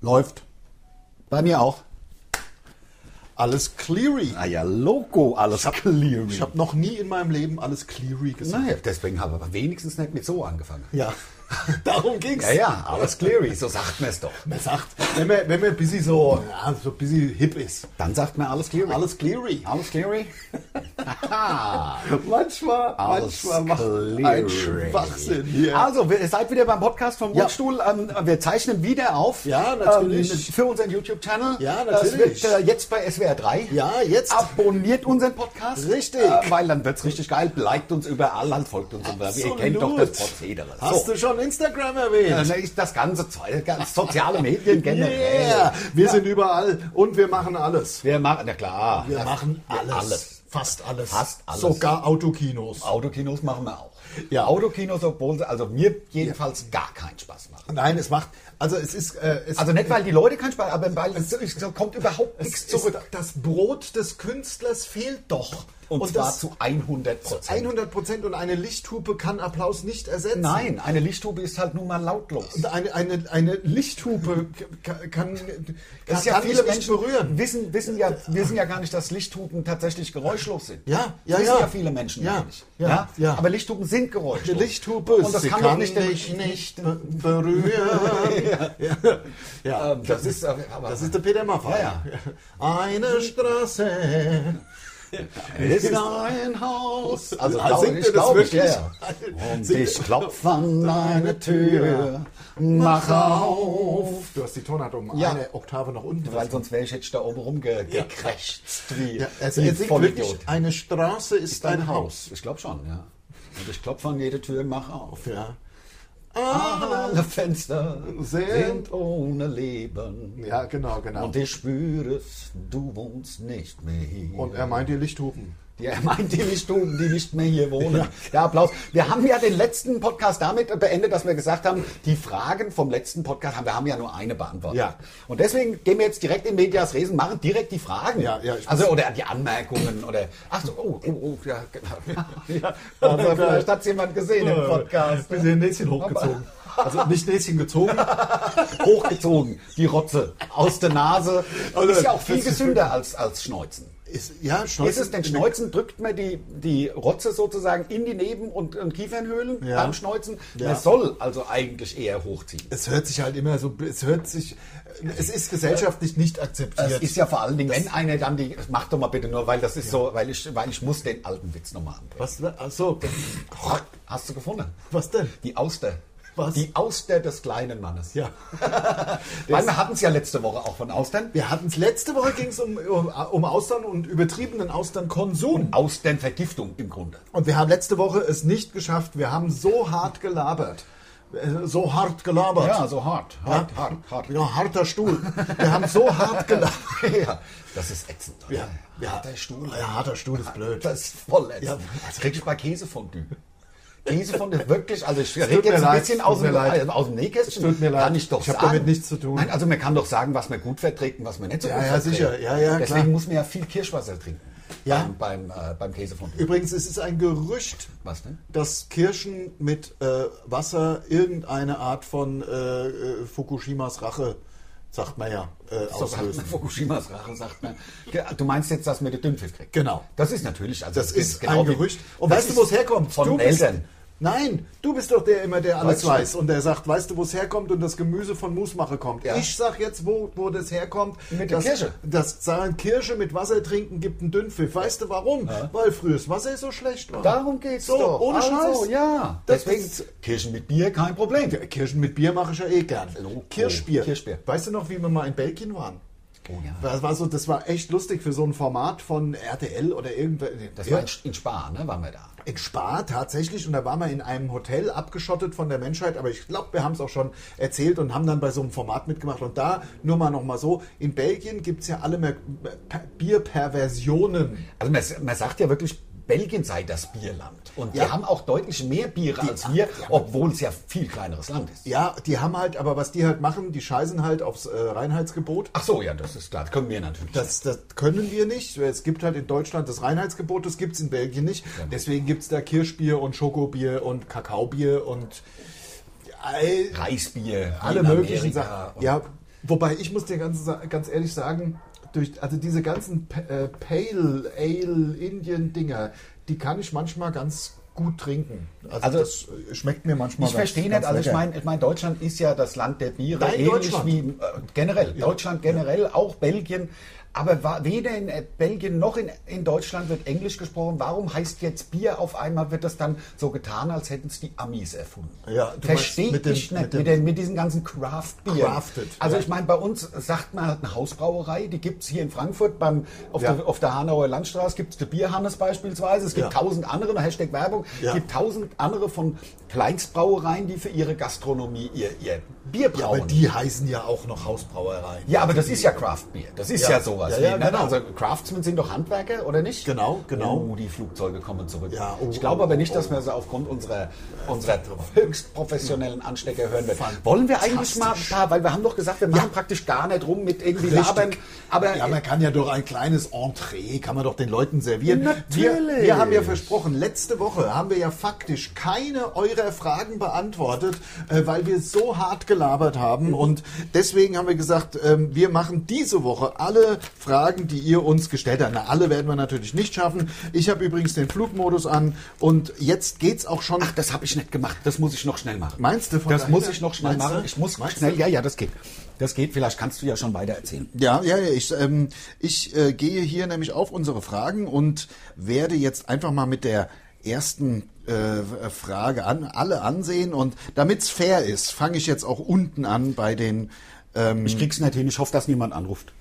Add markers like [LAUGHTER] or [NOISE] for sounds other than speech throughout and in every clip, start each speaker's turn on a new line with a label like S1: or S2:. S1: Läuft. Bei mir auch. Alles Cleary.
S2: Ah ja, Loco, alles Cleary.
S1: Ich habe noch nie in meinem Leben alles Cleary gesagt.
S2: Naja, deswegen habe ich aber wenigstens nicht mit so angefangen. [LAUGHS]
S1: Ja, darum ging's.
S2: Ja, ja, alles Cleary, so sagt man es doch.
S1: Man sagt, wenn man, wenn man ein bisschen so, ja, so ein bisschen hip ist.
S2: Dann sagt man alles Cleary.
S1: Alles Cleary.
S2: alles Cleary?
S1: Manchmal,
S2: Alles
S1: manchmal macht ein
S2: Cleary.
S1: Schwachsinn hier.
S2: Also, wir- ihr seid wieder beim Podcast vom
S1: Ja.
S2: Wurfstuhl. Ähm, wir zeichnen wieder auf.
S1: Ja, natürlich.
S2: Ähm, für unseren YouTube-Channel.
S1: Ja,
S2: Das
S1: natürlich.
S2: wird äh, jetzt bei SWR 3.
S1: Ja, jetzt.
S2: Abonniert unseren Podcast.
S1: Richtig.
S2: Äh, weil dann wird's richtig geil. Liked uns überall, halt folgt uns überall. Ihr
S1: Absolut.
S2: kennt doch das Prozedere.
S1: Hast
S2: So.
S1: du schon Instagram erwähnt?
S2: Also ist das ganze Zeug, ganz soziale Medien
S1: [LAUGHS]
S2: generell.
S1: Yeah, wir sind überall und wir machen alles.
S2: Wir machen, na klar.
S1: Wir
S2: Das-
S1: machen
S2: wir-
S1: alles. Fast alles.
S2: Fast alles.
S1: Sogar Autokinos.
S2: Autokinos machen wir auch.
S1: Ja.
S2: Autokinos, obwohl sie, also mir jedenfalls gar keinen Spaß machen.
S1: Nein, es macht. Also, es ist. Äh, es
S2: Also nicht, weil die Leute keinen Spaß aber weil es, es kommt überhaupt nichts
S1: ist
S2: zurück.
S1: Das Brot des Künstlers fehlt doch.
S2: Und, zwar
S1: das
S2: zu 100 Prozent.
S1: 100 Prozent. Und eine Lichthupe kann Applaus nicht ersetzen.
S2: Nein, eine Lichttube ist halt nun mal lautlos.
S1: Und Eine, eine, eine Lichthupe kann, kann,
S2: Das
S1: kann mich nicht berühren.
S2: wissen, wissen, ja, wissen ja gar nicht, dass Lichthupen tatsächlich geräuschlos sind.
S1: Ja,
S2: Das
S1: ja,
S2: wissen ja.
S1: ja.
S2: viele Menschen
S1: Ja,
S2: gar nicht.
S1: ja, ja.
S2: Aber Lichthupen sind geräuschlos.
S1: Die Lichthupe
S2: Und das
S1: sie
S2: kann, doch
S1: kann
S2: nicht,
S1: mich nicht be-
S2: [LAUGHS]
S1: berühren. ja.
S2: Ähm, das ist, [LAUGHS] aber,
S1: Das ist der Peter Maffay.
S2: Ja,
S1: Eine Straße
S2: ist dein Haus. [LAUGHS] Also,
S1: Ah,
S2: glaube
S1: singt
S2: ich,
S1: ihr das
S2: glaube ich, ja,
S1: wirklich? Oh.
S2: ja. Und
S1: Singt-
S2: ich klopf an deine Tür, mach auf.
S1: Du hast die Tonart um
S2: Ja.
S1: eine Oktave nach unten.
S2: Weil sonst wäre ich jetzt da oben rumgekrächzt. Wie,
S1: ja, also
S2: wie
S1: er singt
S2: Vollidiot.
S1: wirklich, eine Straße ist ein Haus.
S2: Ich glaube schon, ja. Und ich klopfe an jede Tür, mach auf.
S1: Ja. Ah.
S2: Alle Fenster
S1: Sind-
S2: sind ohne Leben.
S1: ja, genau, genau.
S2: Und ich spüre es, du wohnst nicht mehr hier.
S1: Und er meint die Lichthupen.
S2: Ja, er meint die Lichthuben, die nicht mehr hier wohnen. Ja. Applaus. Wir haben ja den letzten Podcast damit beendet, dass wir gesagt haben, die Fragen vom letzten Podcast haben wir haben ja nur eine beantwortet.
S1: Ja.
S2: Und deswegen gehen wir jetzt direkt in Medias Resen, machen direkt die Fragen.
S1: Ja, ja, ich
S2: also oder die Anmerkungen oder ach so, oh, oh, oh ja,
S1: [LAUGHS]
S2: genau. ja,
S1: Oh
S2: also, vielleicht hat es jemand gesehen im Podcast.
S1: Wir sind Näschen hochgezogen. Also nicht Näschen gezogen.
S2: Hochgezogen, die Rotze aus der Nase.
S1: Also,
S2: ist ja auch viel
S1: das ist-
S2: gesünder als als Schneuzen.
S1: Ist, ja,
S2: Ist es denn Schneuzen? Drückt man die, die Rotze sozusagen in die Neben- und, und Kiefernhöhlen
S1: Ja.
S2: beim Schneuzen?
S1: Ja.
S2: Man soll also eigentlich eher hochziehen.
S1: Es hört sich halt immer so, es hört sich, äh, es ist gesellschaftlich nicht akzeptiert.
S2: Das ist ja vor allen Dingen, wenn einer dann die, mach doch mal bitte nur, weil das ist so, weil ich, weil ich muss den alten Witz nochmal anbringen.
S1: was, ne? achso,
S2: Hast du gefunden?
S1: was denn?
S2: Die Auster.
S1: Was?
S2: Die Auster des kleinen Mannes.
S1: Ja.
S2: Weil wir hatten es ja letzte Woche auch von Austern.
S1: Wir hatten es letzte Woche ging es um, um, um Austern und übertriebenen Austernkonsum.
S2: Austernvergiftung im Grunde.
S1: Und wir haben letzte Woche es nicht geschafft. Wir haben so hart gelabert. Äh, So hart gelabert.
S2: Ja, so hart. Hart,
S1: Ja.
S2: hart, hart.
S1: Ja, harter Stuhl. Wir haben so hart
S2: [LAUGHS]
S1: gelabert.
S2: Ja, das ist ätzend. oder?
S1: Ja, ja.
S2: Harter Stuhl.
S1: Ja, harter Stuhl ist blöd.
S2: Das ist voll ätzend.
S1: Ja.
S2: Das krieg ich bei Käsefondue. Käsefondue, wirklich, also ich
S1: tut
S2: rede
S1: mir
S2: jetzt ein
S1: leid,
S2: bisschen
S1: es
S2: aus
S1: tut mir
S2: dem,
S1: leid.
S2: aus dem Nähkästchen.
S1: Es tut mir leid.
S2: Kann ich doch
S1: Ich hab
S2: sagen.
S1: damit nichts zu tun.
S2: Nein, also man kann doch sagen, was man gut verträgt und was man nicht so
S1: Ja,
S2: gut
S1: ja,
S2: verträgt.
S1: sicher. Ja, ja,
S2: Deswegen
S1: klar.
S2: muss man ja viel Kirschwasser trinken.
S1: Ja.
S2: Beim, beim, äh, beim Käsefondue.
S1: Übrigens, es ist ein Gerücht,
S2: Was ne? denn?
S1: dass Kirschen mit äh, Wasser irgendeine Art von äh, äh, Fukushimas Rache, sagt man ja, äh,
S2: So sagt
S1: auslösen.
S2: man, Fukushimas Rache sagt man. Ja, Du meinst jetzt, dass man den Dünnpfiff kriegt?
S1: Genau.
S2: Das ist natürlich, also
S1: Das ist
S2: genau
S1: ein
S2: wie-
S1: Gerücht. Und
S2: Das
S1: weißt du,
S2: ist
S1: wo es herkommt?
S2: Von
S1: du bist-
S2: Eltern.
S1: Nein, du bist doch der immer, der alles
S2: Weißt du?
S1: weiß und der sagt, weißt du, wo es herkommt und das Gemüse von Musmache kommt.
S2: Ja.
S1: Ich sag jetzt, wo, wo das herkommt.
S2: Mit der
S1: dass,
S2: Kirsche.
S1: Dass sagen, Kirsche mit Wasser trinken gibt einen Dünnpfiff. Weißt du warum? Weil frühes Wasser so schlecht war.
S2: Darum geht's
S1: so,
S2: doch.
S1: ohne
S2: also,
S1: Scheiß.
S2: ja.
S1: Das
S2: Deswegen
S1: ist-
S2: Kirschen mit Bier kein Problem.
S1: Kirschen mit Bier mache ich ja eh gern.
S2: Logo.
S1: Kirschbier.
S2: Kirschbier.
S1: Weißt du noch, wie wir mal in Belgien waren?
S2: Oh ja.
S1: Das war, so, das war echt lustig für so ein Format von RTL oder irgendwer.
S2: Das war in, in Spa, ne? Waren wir da.
S1: In Spa tatsächlich und da waren wir in einem Hotel abgeschottet von der Menschheit, aber ich glaube, wir haben es auch schon erzählt und haben dann bei so einem Format mitgemacht und da nur mal noch mal so, in Belgien gibt es ja alle mehr äh, Bierperversionen.
S2: Also man, man sagt ja wirklich, Belgien sei das Bierland. Und
S1: Ja.
S2: die haben auch deutlich mehr Biere als wir, obwohl es ja viel kleineres Land ist.
S1: Ja, die haben halt, aber was die halt machen, die scheißen halt aufs äh, Reinheitsgebot.
S2: Ach so, ja, das ist klar. Das können wir natürlich.
S1: Das, das können wir nicht. Es gibt halt in Deutschland das Reinheitsgebot, das gibt es in Belgien nicht. Deswegen gibt es da Kirschbier und Schokobier und Kakaobier und äh, all-
S2: Reisbier,
S1: alle
S2: wie in
S1: möglichen
S2: Amerika
S1: Sachen.
S2: und-
S1: Ja, Wobei ich muss dir ganz, sa- ganz ehrlich sagen, durch, also diese ganzen P- äh, Pale Ale Indian Dinger, die kann ich manchmal ganz gut trinken.
S2: Also,
S1: das äh, schmeckt mir manchmal.
S2: Ich verstehe nicht, also ich
S1: lecker.
S2: meine, ich mein, Deutschland ist ja das Land der Biere,
S1: Nein,
S2: ähnlich
S1: Deutschland.
S2: wie äh, generell, Deutschland generell, auch Belgien. Aber wa- weder in äh, Belgien noch in, in Deutschland wird Englisch gesprochen. Warum heißt jetzt Bier auf einmal, wird das dann so getan, als hätten es die Amis erfunden?
S1: Ja, du
S2: Verstehe
S1: meinst
S2: ich
S1: mit dem-
S2: nicht,
S1: mit
S2: mit,
S1: dem-
S2: den, mit diesen ganzen craft bier
S1: Crafted,
S2: Also
S1: ja.
S2: ich meine, bei uns sagt man halt eine Hausbrauerei, die gibt es hier in Frankfurt, beim, auf,
S1: Ja.
S2: der, auf der Hanauer Landstraße gibt es die Bierhannes beispielsweise, es gibt
S1: Ja.
S2: tausend andere, Hashtag Werbung,
S1: Ja.
S2: gibt tausend andere von Kleinstbrauereien, die für ihre Gastronomie ihr, ihr Bier
S1: Ja, aber
S2: brauen.
S1: die heißen ja auch noch Hausbrauereien.
S2: Ja, aber das ist ja Craft Beer. Das ist ja,
S1: Ja.
S2: sowas.
S1: Ja, ja,
S2: wie, ne?
S1: genau.
S2: Also Craftsmen sind doch Handwerker, oder nicht?
S1: Genau, genau.
S2: Oh, die Flugzeuge kommen zurück.
S1: Ja, oh,
S2: ich glaube
S1: oh,
S2: aber
S1: oh,
S2: nicht, dass
S1: oh.
S2: wir sie aufgrund unserer, unserer höchst professionellen Anstecker hören werden. Wollen wir eigentlich mal ein paar, weil wir haben doch gesagt, wir machen praktisch gar nicht rum mit irgendwie
S1: Richtig.
S2: labern. Aber
S1: Ja, man kann ja doch ein kleines Entree, kann man doch den Leuten servieren. Wir,
S2: Natürlich.
S1: wir haben ja versprochen, letzte Woche haben wir ja faktisch keine eurer Fragen beantwortet, äh, weil wir so hart gelabert haben.
S2: Mhm.
S1: Und deswegen haben wir gesagt, ähm, wir machen diese Woche alle Fragen, die ihr uns gestellt habt. Na, alle werden wir natürlich nicht schaffen. Ich habe übrigens den Flugmodus an und jetzt geht's auch schon.
S2: Ach, das habe ich nicht gemacht. Das muss ich noch schnell machen.
S1: Meinst du von
S2: Das
S1: daher?
S2: muss ich noch schnell
S1: Meinst
S2: machen.
S1: du?
S2: Ich muss
S1: Meinst
S2: schnell. Ja, ja, das geht. Das geht. Vielleicht kannst du ja schon weiter erzählen.
S1: Ja, ja, ja. Ich, ähm, ich äh, gehe hier nämlich auf unsere Fragen und werde jetzt einfach mal mit der ersten äh, Frage an alle ansehen. Und damit's fair ist, fange ich jetzt auch unten an bei den. Ähm,
S2: Ich krieg's nicht hin. Ich hoffe, dass niemand anruft.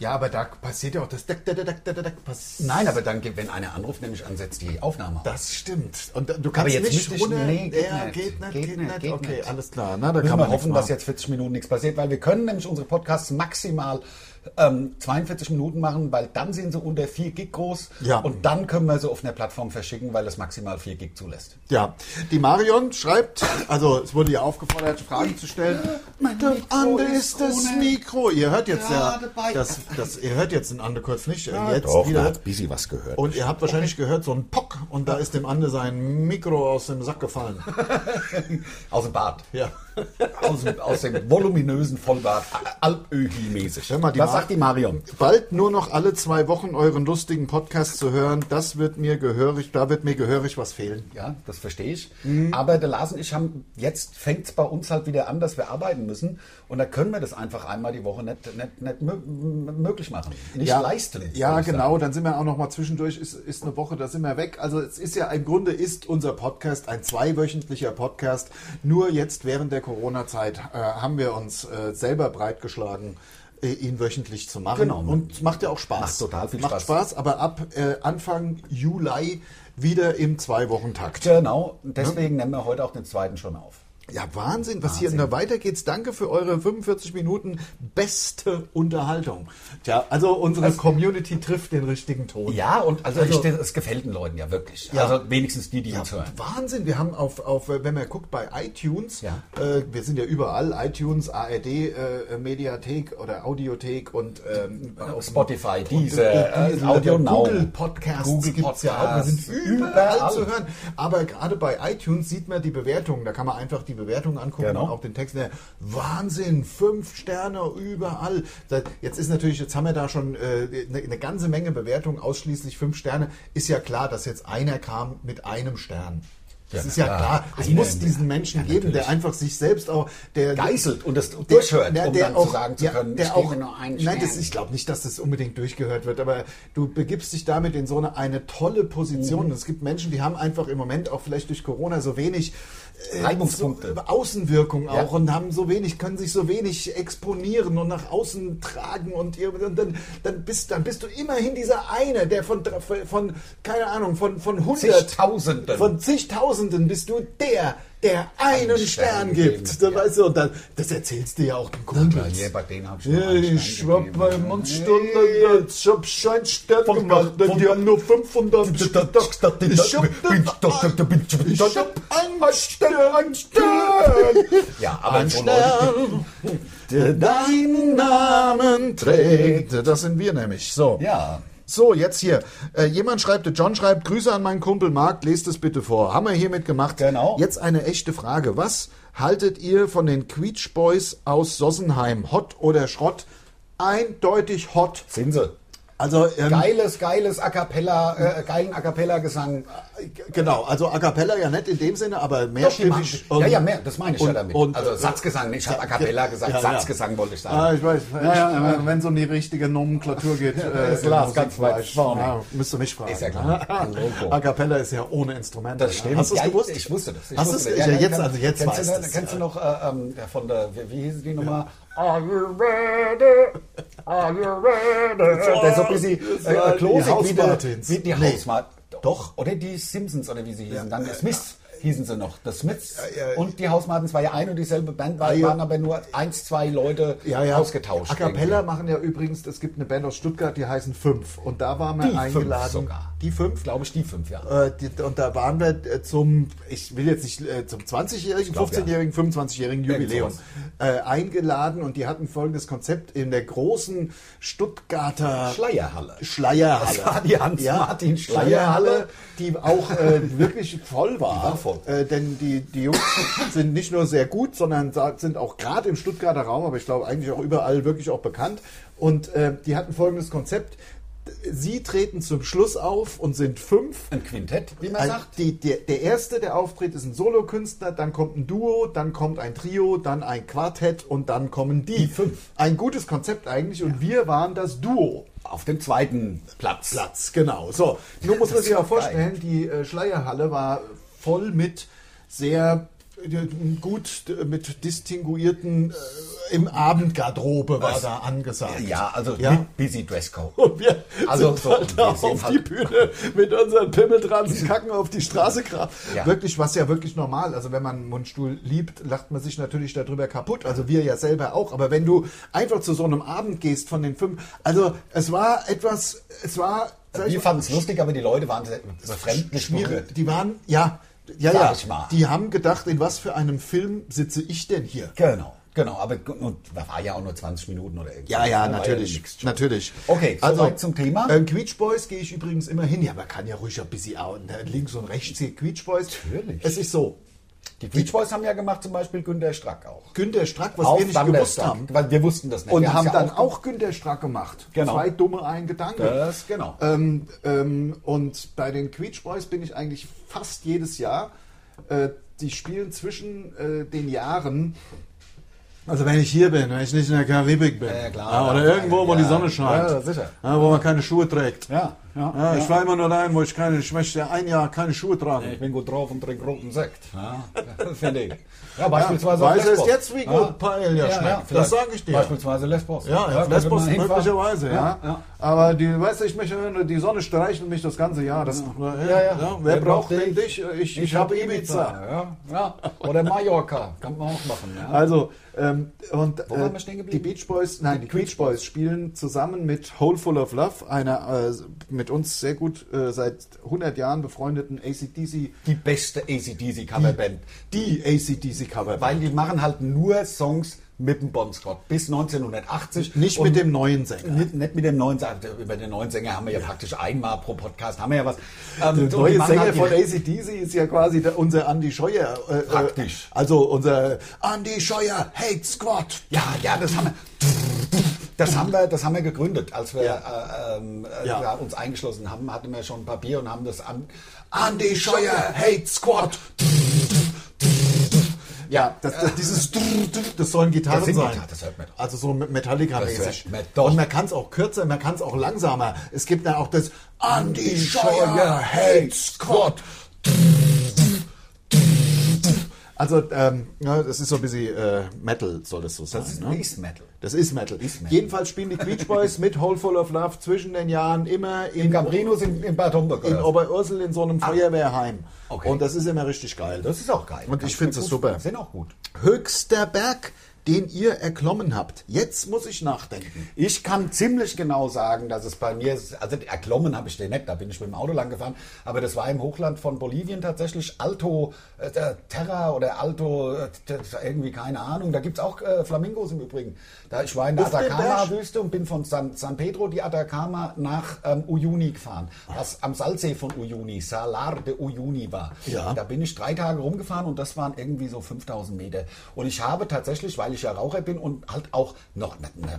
S1: ja, aber da passiert ja auch das. Dack, dack, dack, dack, dack, pass
S2: Nein, aber dann, wenn einer anruft, nämlich ansetzt die Aufnahme.
S1: das stimmt. Und da- du kannst
S2: jetzt
S1: nicht
S2: müsste ich-
S1: ohne.
S2: nee, geht
S1: ja,
S2: nicht.
S1: geht nicht,
S2: Geht
S1: geht,
S2: nicht,
S1: nicht.
S2: geht
S1: okay,
S2: nicht.
S1: alles klar. Na, da
S2: Müssen
S1: kann
S2: wir
S1: man
S2: hoffen, dass
S1: jetzt.
S2: jetzt 40 Minuten nichts passiert, weil wir können nämlich unsere Podcasts maximal ähm, 42 Minuten machen, weil dann sind sie unter 4 Gig groß
S1: Ja.
S2: und dann können wir sie auf einer Plattform verschicken, weil es maximal 4 Gig zulässt.
S1: Ja, die Marion schreibt, also es wurde ja aufgefordert, Fragen zu stellen. Der
S2: Mikro
S1: Ande
S2: ist
S1: ist das
S2: ohne-
S1: Mikro. Ihr hört jetzt ja,
S2: Gerade bei-
S1: das, das, ihr hört jetzt den Ande kurz nicht. äh, jetzt
S2: man
S1: wieder.
S2: hat ein bisschen was gehört.
S1: Und ihr habt wahrscheinlich gehört, so ein Pock. Und da ist dem Ande sein Mikro aus dem Sack gefallen.
S2: Aus dem Bad.
S1: Ja.
S2: aus, dem- aus dem voluminösen Vollbart, Alpöhi-mäßig.
S1: Hör mal, die
S2: Was
S1: Mar-
S2: sagt die Marion?
S1: Bald nur noch alle zwei Wochen euren lustigen Podcast zu hören, das wird mir gehörig, da wird mir gehörig was fehlen.
S2: Ja, das verstehe ich.
S1: Mhm.
S2: Aber der Lars und ich haben, jetzt fängt es bei uns halt wieder an, dass wir arbeiten müssen. Und da können wir das einfach einmal die Woche nicht, nicht, nicht mö- m- möglich machen. Nicht leisten.
S1: Ja,
S2: würde ich
S1: genau. Dann sind wir auch noch mal zwischendurch, ist, ist eine Woche, da sind wir weg. Also es ist ja im Grunde ist unser Podcast ein zweiwöchentlicher Podcast. Nur jetzt während der Corona-Zeit äh, haben wir uns äh, selber breitgeschlagen, äh, ihn wöchentlich zu machen.
S2: Genau.
S1: Und es macht ja auch Spaß.
S2: Macht total viel
S1: macht
S2: Spaß.
S1: Spaß, aber ab äh, Anfang Juli wieder im Zwei-Wochen-Takt.
S2: Sagen. Genau. Und Deswegen nehmen wir heute auch den zweiten schon auf.
S1: Ja, Wahnsinn, was hier in der Weiter geht's. Danke für eure 45 Minuten beste Unterhaltung. Tja, also unsere Community trifft den richtigen Ton.
S2: Ja, und also,
S1: Also-
S2: ich, es gefällt den Leuten ja wirklich.
S1: Ja.
S2: Also wenigstens die, die uns hören.
S1: Wahnsinn, wir haben auf, auf wenn man guckt bei iTunes,
S2: Ja.
S1: äh, wir sind ja überall, iTunes, ARD, äh, Mediathek oder Audiothek und ähm,
S2: Auf Spotify,
S1: diese,
S2: diese,
S1: diese
S2: äh, Audio Now.
S1: Google Podcasts
S2: Google
S1: gibt's ja auch. Wir
S2: Podcasts,
S1: sind überall, zu hören. Aber gerade bei iTunes sieht man die Bewertungen. Da kann man einfach die Bewertungen angucken
S2: Genau.
S1: und auch den Text. Der Wahnsinn, fünf Sterne überall. Da- Jetzt ist natürlich, jetzt haben wir da schon äh, eine eine ganze Menge Bewertungen, ausschließlich fünf Sterne. Ist ja klar, dass jetzt einer kam mit einem Stern. Das
S2: Ja,
S1: ist ja
S2: klar.
S1: klar. Es
S2: Einer
S1: muss
S2: in-
S1: diesen Menschen geben, der einfach sich selbst auch der
S2: Geißelt und das durchhört,
S1: der,
S2: um
S1: der
S2: dann
S1: auch,
S2: zu sagen zu
S1: ja,
S2: können,
S1: der
S2: ich
S1: auch,
S2: gebe nur einen
S1: Nein, das,
S2: Stern.
S1: ich glaube nicht, dass das unbedingt durchgehört wird, aber du begibst dich damit in so eine, eine tolle Position.
S2: Mhm.
S1: Und es gibt Menschen, die haben einfach im Moment auch vielleicht durch Corona so wenig äh,
S2: Reibungspunkte.
S1: so, Außenwirkung auch
S2: Ja.
S1: und haben so wenig, können sich so wenig exponieren und nach außen tragen und, ihr, und dann, dann, bist, dann bist du immerhin dieser eine, der von, dr- von keine Ahnung, von, von hundert
S2: Zigtausenden.
S1: von zigtausenden bist du der, der einen
S2: Einen
S1: Stern,
S2: Stern
S1: gibt.
S2: gegeben,
S1: Da
S2: ja.
S1: weißt du, und dann, das erzählst du ja auch den Kumpels.
S2: Ja, bei denen hab ich nur
S1: ja,
S2: einen
S1: ich
S2: Stern
S1: hab
S2: gegeben.
S1: bei Mondstunden, ich hab einen Stern
S2: Von-
S1: gemacht, denn
S2: von-
S1: die haben nur 500
S2: Ich
S1: Stück.
S2: hab den-
S1: Ich hab den- ich hab einen Stern, einen Stern.
S2: Ja, aber so Leute,
S1: Stern, der deinen Namen trägt. Das sind wir nämlich. So.
S2: Ja.
S1: So, jetzt hier. Äh, jemand schreibt, der John schreibt, Grüße an meinen Kumpel Marc, lest es bitte vor. Haben wir hiermit gemacht.
S2: Genau.
S1: Jetzt eine echte Frage. Was haltet ihr von den Queech Boys aus Sossenheim? Hot oder Schrott? Eindeutig hot.
S2: Sind sie.
S1: Also, ähm,
S2: Geiles, geiles A cappella, äh, geilen A cappella Gesang.
S1: genau, also A Cappella ja nicht in dem Sinne, aber mehrstimmig.
S2: Stimmig. Ja, ja, mehr, das meine ich ja
S1: und-
S2: damit.
S1: und- äh,
S2: also Satzgesang, ich habe A cappella gesagt,
S1: ja, ja.
S2: Satzgesang wollte ich sagen.
S3: Ah, ich weiß, ja, ja, wenn es um die richtige Nomenklatur
S2: [LAUGHS]
S3: geht. äh,
S2: ist Lars
S3: im
S2: ganz weit
S3: Musikbereich.
S2: vorne.
S1: Ja, müsst ihr mich fragen.
S2: Ist ja klar.
S1: [LAUGHS]
S2: Ein Logo.
S1: A Cappella ist ja ohne Instrument.
S2: Das stimmt.
S1: Hast du es
S2: ja,
S1: gewusst?
S2: Ich wusste das. Ich
S1: Hast du es
S2: wusste
S1: ja,
S2: das.
S1: jetzt,
S2: kann-
S1: also jetzt
S2: kennst
S1: weißt
S2: du,
S1: du
S2: noch-
S1: es.
S2: Kennst du noch äh, ähm, der von der, wie, wie hieß die Nummer? Are you ready? Are you ready? Der ist so ein bisschen äh,
S1: war
S2: äh, klosig
S1: die
S2: wie der,
S1: Hausmartins.
S2: wie die
S1: Nee.
S2: Hausmart. Doch, oder die Simpsons oder wie sie hießen. Dann die Smiths hießen sie noch. The Smiths und die Hausmartins war ja ein und dieselbe Band, war,
S1: ja.
S2: waren aber nur eins, zwei Leute
S1: ja, ja.
S2: ausgetauscht.
S1: A Cappella machen ja übrigens, es gibt eine Band aus Stuttgart, die heißen Fünf. Und da waren wir
S2: Die Fünf
S1: eingeladen.
S2: sogar.
S1: Die Fünf,
S2: Glaube ich, die fünf, ja.
S1: Äh, die, und da waren wir äh, zum, ich will jetzt nicht, äh, zum 20-jährigen,
S2: glaub, ja.
S1: 15-jährigen, 25-jährigen Jubiläum
S2: Irgend
S1: äh, eingeladen und die hatten folgendes Konzept in der großen Stuttgarter
S2: Schleierhalle.
S1: Schleierhalle.
S2: Das war die Hans-Martin-Schleierhalle.
S1: Schleierhalle, die auch äh, wirklich voll war.
S2: Die war voll.
S1: Äh, denn die, die Jungs sind nicht nur sehr gut, sondern sa- sind auch gerade im Stuttgarter Raum, aber ich glaube eigentlich auch überall wirklich auch bekannt. Und äh, die hatten folgendes Konzept. Sie treten zum Schluss auf und sind fünf.
S2: Ein Quintett, wie man
S1: Ein-
S2: sagt.
S1: Also Die, der, der erste, der auftritt, ist ein Solokünstler, dann kommt ein Duo, dann kommt ein Trio, dann ein Quartett und dann kommen die.
S2: Die fünf.
S1: Ein gutes Konzept eigentlich und wir waren das Duo.
S2: Auf dem zweiten Platz.
S1: Platz, genau. So, nun muss man sich ja
S2: ist geil.
S1: vorstellen, die äh, Schleierhalle war voll mit sehr äh, gut äh, mit distinguierten äh, im Abendgarderobe war da angesagt.
S2: Ja, also
S1: Ja.
S2: mit Busy Dresscode.
S1: Und wir also
S2: Also
S1: sind
S2: so,
S1: halt da
S2: wir sind
S1: auf
S2: halt-
S1: die Bühne mit unseren Pimmeltransen, kacken auf die Straße grad.
S2: Ja.
S1: Wirklich, was ja wirklich normal. Also wenn man Mundstuhl liebt, lacht man sich natürlich darüber kaputt. Also wir ja selber auch. Aber wenn du einfach zu so einem Abend gehst von den fünf, also es war etwas, es war, sag ich
S2: Wir
S1: mal,
S2: fanden es lustig, aber die Leute waren sehr befremdlich berührt.
S1: schwierig. Die waren, ja, ja,
S2: Sag
S1: ja.
S2: ich mal.
S1: Die haben gedacht, in was für einem Film sitze ich denn hier?
S2: Genau, genau. Aber gu- und da war ja auch nur 20 Minuten oder irgendwas.
S1: Ja, ja,
S2: Also Da war
S1: natürlich,
S2: nichts.
S1: natürlich.
S2: Okay, soweit zum Thema.
S1: Ähm, Queech Boys gehe ich übrigens immer hin. Ja, man kann ja ruhig ein bisschen auch ne, links und rechts hier Queech Boys.
S2: Natürlich.
S1: Es ist so,
S2: Die Beach Boys haben ja gemacht, zum Beispiel Günter Strack auch.
S1: Günter Strack, was
S2: Auf
S1: wir nicht gewusst
S2: Samstag,
S1: haben.
S2: Weil wir wussten das nicht.
S1: Und
S2: wir
S1: haben
S2: haben's ja
S1: dann auch, Günter Strack gemacht.
S2: Genau.
S1: Zwei dumme, ein Gedanke.
S2: Das, genau.
S1: Ähm, ähm, und bei den Queech Boys bin ich eigentlich fast jedes Jahr. Äh, die spielen zwischen äh, den Jahren. Also wenn ich hier bin, wenn ich nicht in der Karibik bin.
S2: ja, klar.
S1: Ah, oder
S2: Ja,
S1: irgendwo, wo
S2: ja.
S1: die Sonne scheint.
S2: Ja, sicher.
S1: Ja, wo man keine Schuhe trägt.
S2: Ja, ja,
S1: Ja, Ich war immer nur dahin, wo ich keine, ich möchte ein Jahr keine Schuhe tragen.
S2: Ich bin gut drauf und trinke roten Sekt. Ja, [LAUGHS] finde ich. Ja,
S1: Ja,
S2: auch
S1: weiß
S2: Lesbos.
S1: es Also jetzt, wie gut Paella schmeckt. Das
S2: Ah. vielleicht.
S1: sag ich dir.
S2: Beispielsweise Lesbos.
S1: Ja, ja,
S2: könnte
S1: Lesbos
S2: man hinfahren.
S1: möglicherweise, ja.
S2: ja.
S1: Aber die, weißt du, ich möchte nur die Sonne streichelt mich das ganze Jahr. Das, ja,
S2: ja.
S1: wer,
S2: Wer
S1: braucht
S2: braucht
S1: denn
S2: dich?
S1: dich? Ich, ich, habe Ibiza.
S2: Ja, ja. Oder Mallorca, kann man auch machen. Ja.
S1: Also, ähm, und
S2: Wo waren wir
S1: die
S2: stehen geblieben?
S1: Beach Boys, nein, die Beach Boys spielen zusammen mit Hole Full of Love, einer äh, mit uns sehr gut äh, seit 100 Jahren befreundeten ACDC,
S2: Die beste ACDC Coverband.
S1: die ACDC Coverband.
S2: Weil die machen halt nur Songs mit dem Bon Scott bis 1980.
S1: Nicht
S2: Und
S1: mit dem neuen Sänger.
S2: Nicht, nicht mit dem neuen Sänger. Über den neuen Sänger haben wir ja, praktisch einmal pro Podcast, haben wir ja was. Ähm, und die
S1: Der neue
S2: machen
S1: Sänger
S2: halt die-
S1: von ACDC ist ja quasi der, unser Andy Scheuer. äh, äh,
S2: Praktisch.
S1: Also unser Andy Scheuer Hate Squad.
S2: Ja, ja, das haben wir. Das haben wir, das haben wir gegründet, als wir
S1: Ja.
S2: äh, ähm, äh,
S1: Ja.
S2: da uns eingeschlossen haben, hatten wir schon ein Papier und haben das an.
S1: Andy Scheuer Hate Squad. Ja, das, das, dieses das sollen Gitarren
S2: Das sind
S1: sein.
S2: Gitarren, das hört man doch.
S1: Also so Metallica-mäßig.
S2: Das hört man doch.
S1: Und man kann es auch kürzer, man kann es auch langsamer. Es gibt dann auch das Andy Scheuer
S2: Scheuer
S1: Hate
S2: Hate
S1: Squad. Also ähm, ja, das ist so ein bisschen äh, Metal, soll das so sein.
S2: ist-
S1: ne?
S2: ist Metal.
S1: Das ist Metal.
S2: Ist Metal.
S1: Jedenfalls spielen die Queech Boys mit Hole Full of Love zwischen den Jahren immer in,
S2: In Gambrinus in, in Bad Homburg.
S1: in
S2: oder? Ah.
S1: Oberursel in so einem Feuerwehrheim.
S2: Okay.
S1: Und das ist immer richtig geil.
S2: das ist auch geil.
S1: Und
S2: Kann
S1: ich find's
S2: mir
S1: das
S2: gut-
S1: super.
S2: Sind auch gut.
S1: Höchster Berg, den ihr erklommen habt? Jetzt muss ich nachdenken.
S2: Ich kann ziemlich genau sagen, dass es bei mir, also erklommen habe ich den nicht, da bin ich mit dem Auto lang gefahren, aber das war im Hochland von Bolivien tatsächlich Alto äh, Terra oder Alto, äh, irgendwie keine Ahnung, da gibt es auch äh, Flamingos im Übrigen. Da, ich war in der
S1: Auf dem Berg.
S2: Atacama-Wüste und bin von San, San Pedro die Atacama nach ähm, Uyuni gefahren, was am Salzsee von Uyuni, Salar de Uyuni war.
S1: Ja.
S2: Da bin ich drei Tage rumgefahren und das waren irgendwie so 5000 Meter. Und ich habe tatsächlich, weil ich ja Raucher bin und halt auch noch,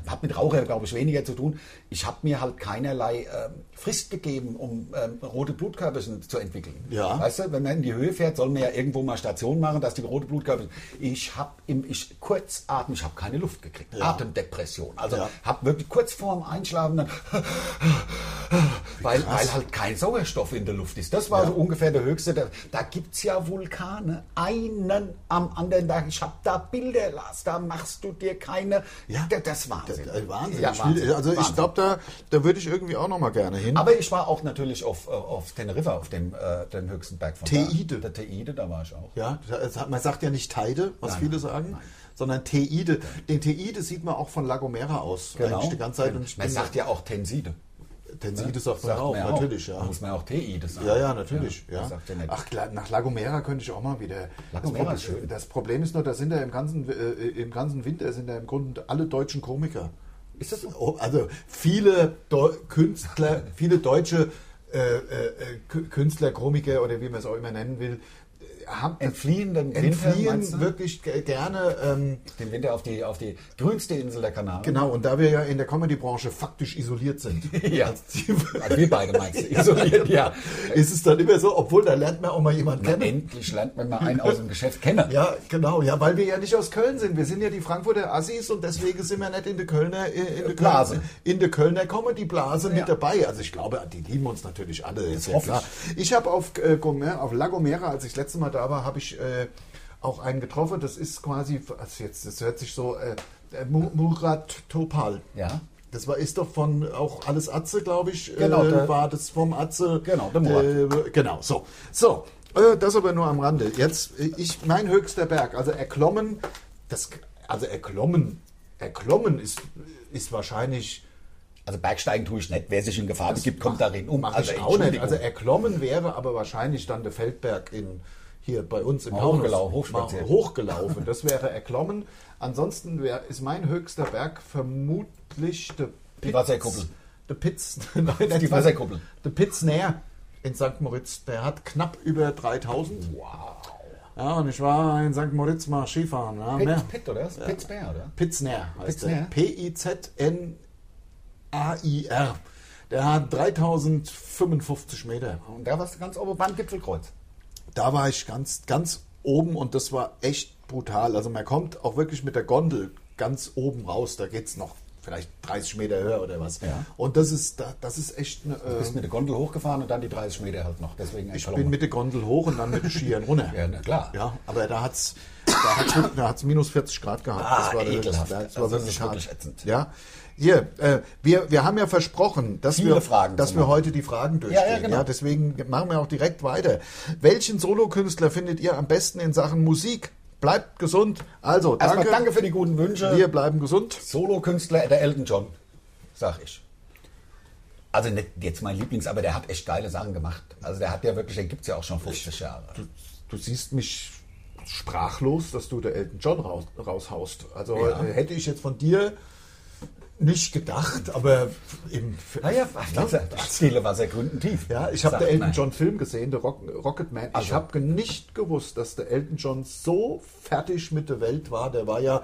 S2: habe mit Raucher, glaube ich, weniger zu tun, ich habe mir halt keinerlei ähm, Frist gegeben, um ähm, rote Blutkörperchen zu entwickeln.
S1: Ja.
S2: Weißt du, wenn man in die Höhe fährt, soll man ja irgendwo mal Station machen, dass die rote Blutkörperchen. Ich habe im, ich kurzatmen, ich habe keine Luft gekriegt. Atemdepression. Also
S1: Ja.
S2: habe wirklich kurz vorm Einschlafen dann weil, weil halt kein Sauerstoff in der Luft ist. Das war so ungefähr der höchste. Da, da gibt es ja Vulkane, einen am anderen Tag. Ich habe da Bilder, Lars, da machst du dir keine...
S1: Ja.
S2: Da- Das ist Wahnsinn.
S1: Äh, Wahnsinn.
S2: Ja,
S1: ich
S2: Wahnsinn.
S1: will, also ich
S2: Wahnsinn.
S1: glaube, da, da würde ich irgendwie auch noch mal gerne hin.
S2: Aber ich war auch natürlich auf, äh, auf Teneriffa, auf dem, äh, dem höchsten Berg von
S1: Teide.
S2: Da. Der Teide, da war ich auch.
S1: Ja, das hat- man sagt ja nicht Teide, was
S2: Nein,
S1: viele
S2: nein,
S1: sagen,
S2: nein.
S1: sondern Teide. Den Teide sieht man auch von La Gomera aus. Eigentlich die ganze Zeit. Und ich
S2: Genau. man
S1: bin-
S2: sagt ja auch Tenside.
S1: Tenside sagt man auch,
S2: man
S1: natürlich, ja.
S2: Da muss man auch Teide sagen.
S1: Ja, ja, natürlich. Ja.
S2: Das sagt ja nicht.
S1: Ach, klar, nach La Gomera könnte ich auch mal wieder.
S2: La
S1: Das
S2: Gomera
S1: Problem-
S2: ist schön.
S1: Das Problem ist nur, da sind ja im ganzen, äh, im ganzen Winter sind ja im Grunde alle deutschen Komiker. Ist das so? Also viele Deu Künstler, viele deutsche äh, äh, äh, Kü- Künstler, Komiker oder wie man es auch immer nennen will, äh, haben,
S2: Entfliehen den Winter,
S1: entfliehen
S2: meinst du?
S1: wirklich ge- gerne. Ähm,
S2: Den Winter auf die, auf die grünste Insel der Kanaren.
S1: genau, und da wir ja in der Comedy-Branche faktisch isoliert sind,
S2: [LAUGHS] Ja,
S1: [LAUGHS]
S2: also wir beide meinst du, isoliert, ja.
S1: ist es dann immer so, obwohl da lernt man auch mal jemanden
S2: Na,
S1: kennen.
S2: endlich lernt man mal einen aus dem Geschäft kennen.
S1: Ja, genau. Ja, weil wir ja nicht aus Köln sind. Wir sind ja die Frankfurter Assis und deswegen sind wir nicht in der Kölner in, in der
S2: Blase.
S1: Kölner- in der Kölner Comedy Blase
S2: Ja.
S1: mit dabei. Also ich glaube, die lieben uns natürlich alle. Ist ja
S2: hoffe
S1: klar. Ich habe auf, äh, Gomer- auf La Gomera, als ich das letzte Mal da war, habe ich äh, auch einen getroffen. Das ist quasi, also jetzt, das hört sich so, äh, äh, Mu- Murat Topal.
S2: Ja.
S1: Das war, ist doch von auch alles Atze, glaube ich.
S2: Genau,
S1: äh,
S2: der-
S1: war das vom Atze.
S2: Genau, der Murat.
S1: Äh, genau, so. So, äh, das aber nur am Rande. Jetzt, äh, ich, mein höchster Berg, also erklommen, das, also erklommen, erklommen ist, ist wahrscheinlich,
S2: Also Bergsteigen tue ich nicht. Wer sich in Gefahr begibt, kommt darin um.
S1: mach ich auch nicht. Also erklommen wäre aber wahrscheinlich dann der Feldberg in, hier bei uns im
S2: Mal
S1: Taunus.
S2: hochgelaufen,
S1: Mal
S2: hochspaziert.
S1: Hochgelaufen, das wäre
S2: [LAUGHS]
S1: erklommen. Ansonsten wär, ist mein höchster Berg vermutlich der
S2: Die Wasserkuppel.
S1: Der
S2: [LAUGHS]
S1: Pitz. [LAUGHS] Nein,
S2: Die Wasserkuppel.
S1: Der Pitz näher in St. Moritz. Der hat knapp über 3000.
S2: wow.
S1: Ja, und ich war in St. Moritz mal Skifahren. Ja,
S2: Pitt,
S1: mehr.
S2: Pitt, oder? Ja. Pittsbär, oder?
S1: Pitzner heißt
S2: Pitzner.
S1: der. P-I-Z-N-A-I-R. Der hat 3055 Meter.
S2: Und da warst du ganz oben beim Gipfelkreuz.
S1: Da war ich ganz, ganz oben und das war echt brutal. Also man kommt auch wirklich mit der Gondel ganz oben raus. Da geht es noch vielleicht 30 Meter höher oder was.
S2: Ja.
S1: Und das ist, da- das ist echt eine...
S2: Du
S1: äh,
S2: bist mit der Gondel hochgefahren und dann die 30 Meter halt noch. Deswegen
S1: Ich bin mit der Gondel hoch und dann mit den Skiern runter.
S2: [LAUGHS] Ja, na klar.
S1: Ja, aber da hat es da hat's, da hat's minus 40 Grad gehabt.
S2: Ah,
S1: der-
S2: ekelhaft.
S1: Das war
S2: Also das
S1: wirklich,
S2: ist
S1: hart.
S2: wirklich ätzend.
S1: Ja. Hier, äh, wir, wir haben ja versprochen, dass
S2: Viele
S1: wir,
S2: Fragen
S1: dass
S2: zu
S1: wir
S2: machen.
S1: heute die Fragen durchgehen.
S2: ja, genau.
S1: deswegen machen wir auch direkt weiter. Welchen Solokünstler findet ihr am besten in Sachen Musik? Bleibt gesund. Also,
S2: Erstmal
S1: danke.
S2: danke. für die guten Wünsche.
S1: Wir bleiben gesund.
S2: Solokünstler, der Elton John, sag ich. Also nicht jetzt mein Lieblings, aber der hat echt geile Sachen gemacht. Also der hat ja wirklich, den gibt es ja auch schon 50 Jahre.
S1: du, du siehst mich sprachlos, dass du der Elton John raus, raushaust. Also
S2: Ja.
S1: äh, hätte ich jetzt von dir nicht gedacht, aber im
S2: Naja, [LAUGHS]
S1: ja,
S2: Stille Wasser gründen tief.
S1: ja, ich habe
S2: Sagt
S1: den Elton
S2: man.
S1: John Film gesehen, der Rock, Rocketman. Ich
S2: Also.
S1: habe nicht gewusst, dass der Elton John so fertig mit der Welt war. Der war ja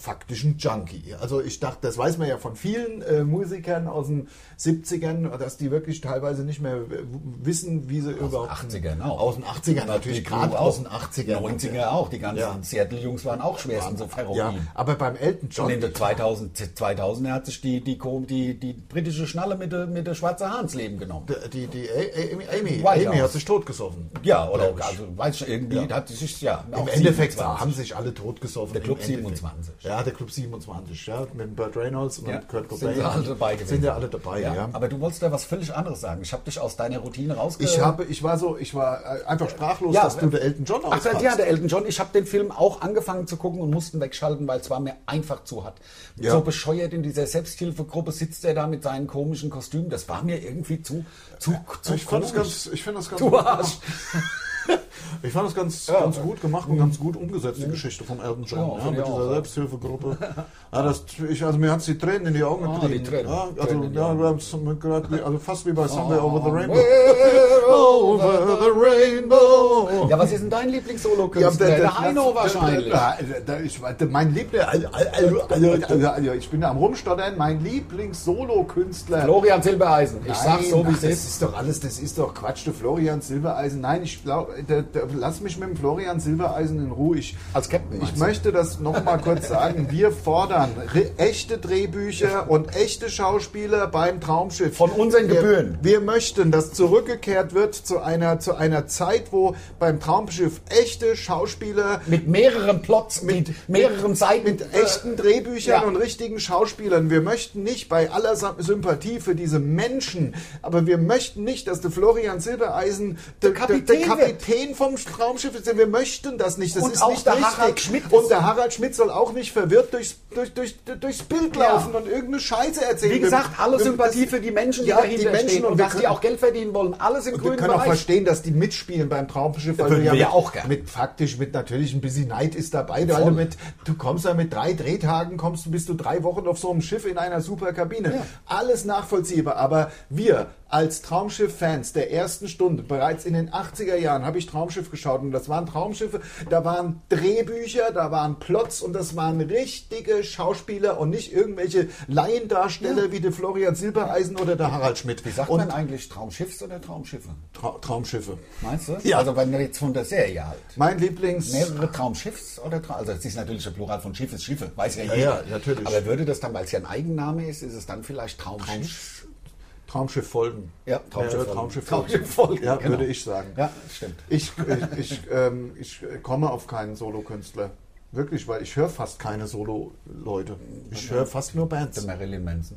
S1: faktisch ein Junkie. Also ich dachte, das weiß man ja von vielen äh, Musikern aus den 70ern, dass die wirklich teilweise nicht mehr w- wissen, wie sie überhaupt...
S2: 80ern auch.
S1: Aus den 80ern natürlich, gerade aus den 80ern.
S2: 90er auch, die ganzen
S1: Ja.
S2: Seattle-Jungs waren auch schwerstens auf Heroin.
S1: Ja, aber beim Elton John.
S2: Und in den 2000, 2000 hat sich die, die, Kom- die, die britische Schnalle mit der, mit der schwarzen Hans Leben genommen.
S1: die, die A- Amy, Amy,
S2: Whitehouse.
S1: Amy hat sich totgesoffen.
S2: Ja, oder
S1: Glaub ich.
S2: also, weiß ich, irgendwie hat sich ja.
S1: Im Endeffekt haben sich alle totgesoffen.
S2: Der Club
S1: im Endeffekt.
S2: 27.
S1: Ja, ja, der Club 27, ja, mit Burt Reynolds und
S2: Ja,
S1: Kurt
S2: sind
S1: Cobain.
S2: sie alle dabei gewesen.
S1: Sind ja alle
S2: Ah,
S1: dabei, ja.
S2: Aber du wolltest da was völlig anderes sagen. Ich habe dich aus deiner Routine rausge...
S1: ich habe, ich war so, ich war äh, einfach sprachlos,
S2: Ja, äh,
S1: dass du der Elton John
S2: Ach,
S1: auspackst.
S2: ja, der Elton John. Ich habe den Film auch angefangen zu gucken und mussten wegschalten, weil es war mir einfach zu hart.
S1: Ja.
S2: So bescheuert in dieser Selbsthilfegruppe sitzt er da mit seinen komischen Kostümen. Das war mir irgendwie zu zu zu
S1: ich fand das
S2: komisch.
S1: ganz, ich fand das ganz,
S2: Du Arsch.
S1: ich fand das ganz,
S2: Ja.
S1: ganz gut gemacht und ganz gut umgesetzt, die Geschichte vom Elton John,
S2: Ja,
S1: ja,
S2: finde
S1: mit
S2: ich
S1: dieser
S2: auch.
S1: Selbsthilfegruppe. Ja, das, ich, also mir hat die Tränen in die Augen
S2: Ah,
S1: getrieben.
S2: die Tränen.
S1: Ja, also,
S2: Tränen in die
S1: ja,
S2: Augen.
S1: wir haben's gerade wie- also fast wie
S2: Oh.
S1: bei Somewhere Over the Rainbow.
S2: Over
S1: the Rainbow.
S2: Ja, was ist denn dein
S1: Ja,
S2: Lieblingssolo-Künstler?
S1: der, der,
S2: der Heino wahrscheinlich.
S1: Ja, da- ich, warte, mein Liebling, also, also, also, also, also, ich bin am Rumstottern, mein Lieblings-Solo-Künstler.
S2: Florian Silbereisen. Ich sag's so,
S1: Nein,
S2: wie
S1: ach,
S2: es
S1: Das
S2: ist.
S1: ist doch alles, das ist doch Quatsch, der Florian Silbereisen. Nein, ich glaube, lass mich mit dem Florian Silbereisen in Ruhe. Ich,
S2: Als Captain
S1: ich
S2: Also, meinst
S1: möchte das nochmal kurz sagen. Wir fordern re echte Drehbücher und echte Schauspieler beim Traumschiff.
S2: Von unseren
S1: wir,
S2: Gebühren.
S1: Wir möchten, dass zurückgekehrt wird zu einer, zu einer Zeit, wo beim Traumschiff echte Schauspieler
S2: Mit mehreren Plots, mit, mehreren Seiten.
S1: mit echten Drehbüchern
S2: Äh, ja.
S1: und richtigen Schauspielern. Wir möchten nicht bei aller Sam- Sympathie für diese Menschen, aber wir möchten nicht, dass der Florian Silbereisen der, der, der,
S2: Kapitän
S1: Kapitän vom Traumschiff ist. Wir möchten das nicht. Das
S2: Und
S1: ist
S2: auch
S1: nicht
S2: der
S1: richtig.
S2: Harald Schmidt
S1: und
S2: ist-
S1: der Harald Schmidt soll auch nicht verwirrt durchs, durch, durch, durchs Bild
S2: Ja.
S1: laufen und irgendeine Scheiße erzählen.
S2: Wie
S1: Wir-
S2: gesagt, alle
S1: wir-
S2: Sympathie
S1: das-
S2: für die Menschen, die
S1: Ja, die
S2: dahinter
S1: Menschen
S2: stehen
S1: und
S2: und,
S1: wir
S2: dass die
S1: können-
S2: auch Geld verdienen wollen. Alles im
S1: Und wir
S2: grünen
S1: können auch
S2: Bereich.
S1: verstehen, dass die mitspielen beim Traumschiff, weil
S2: Würden
S1: du ja
S2: wir
S1: mit,
S2: auch gern.
S1: mit faktisch mit natürlich ein bisschen Neid ist dabei, weil
S2: Voll.
S1: du mit du kommst ja mit drei Drehtagen, kommst du bist du drei Wochen auf so einem Schiff in einer super Kabine. Alles nachvollziehbar, aber wir als Traumschiff-Fans der ersten Stunde, bereits in den 80er Jahren, habe ich Traumschiff geschaut und das waren Traumschiffe, da waren Drehbücher, da waren Plots und das waren richtige Schauspieler und nicht irgendwelche Laiendarsteller wie der Florian Silbereisen oder der Harald Schmidt.
S2: Wie sagt
S1: und
S2: man eigentlich Traumschiffs oder Traumschiffe?
S1: Tra Traumschiffe.
S2: Meinst du?
S1: Ja.
S2: Also wenn wir jetzt von der Serie halt.
S1: Mein Lieblings.
S2: Mehrere Traumschiffs oder Traum, also es ist natürlich der Plural von Schiffes, Schiffe, weiß ja jeder.
S1: ja, natürlich.
S2: Aber würde das dann, weil es ja ein Eigenname ist, ist es dann vielleicht Traumschiff?
S1: Traumschiff folgen.
S2: Ja, Traumschiff
S1: Mehrere
S2: folgen.
S1: Traumschiff folgen.
S2: Traumschiff folgen,
S1: Ja,
S2: genau.
S1: würde ich sagen.
S2: Ja, stimmt.
S1: Ich, ich, ich, ähm, ich komme auf keinen Solokünstler. Wirklich, weil ich höre fast keine Solo-Leute. Ich höre fast nur
S2: Der
S1: Bands.
S2: Marilyn Manson.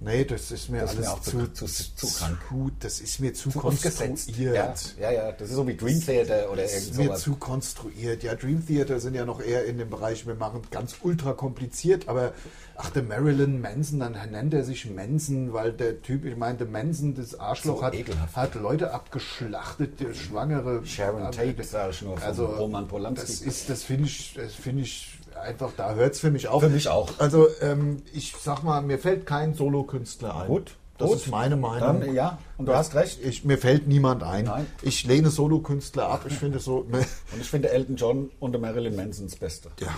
S1: Nee, das ist mir
S2: Das ist
S1: alles
S2: mir auch
S1: zu,
S2: zu- zu- zu krank.
S1: zu- Das ist mir zu,
S2: Aufgesetzt.
S1: konstruiert.
S2: Ja, ja, ja, das ist so wie Dream Theater oder
S1: Das
S2: irgend
S1: ist mir
S2: sowas.
S1: zu konstruiert. Ja, Dream Theater sind ja noch eher in dem Bereich, wir machen ganz ultra kompliziert, aber ach, der Marilyn Manson, dann nennt er sich Manson, weil der Typ, ich meine, der Manson, das Arschloch,
S2: So
S1: hat,
S2: ekelhaft.
S1: hat Leute abgeschlachtet, der schwangere. Äh,
S2: Sharon Tate, sag ich nur, von
S1: Also,
S2: Roman Polanski.
S1: das ist, das finde ich, das finde ich einfach, da hört es für mich auf.
S2: Für mich auch.
S1: Also, ähm, ich sag mal, mir fällt kein Solokünstler ein.
S2: Gut,
S1: das
S2: gut.
S1: ist meine Meinung.
S2: dann, ja, und du hast recht.
S1: Ich, mir fällt niemand ein.
S2: Nein.
S1: Ich lehne Solokünstler ab. Ich finde so. ne,
S2: Und ich finde Elton John und der Marilyn Manson das Beste.
S1: [LAUGHS] Ja.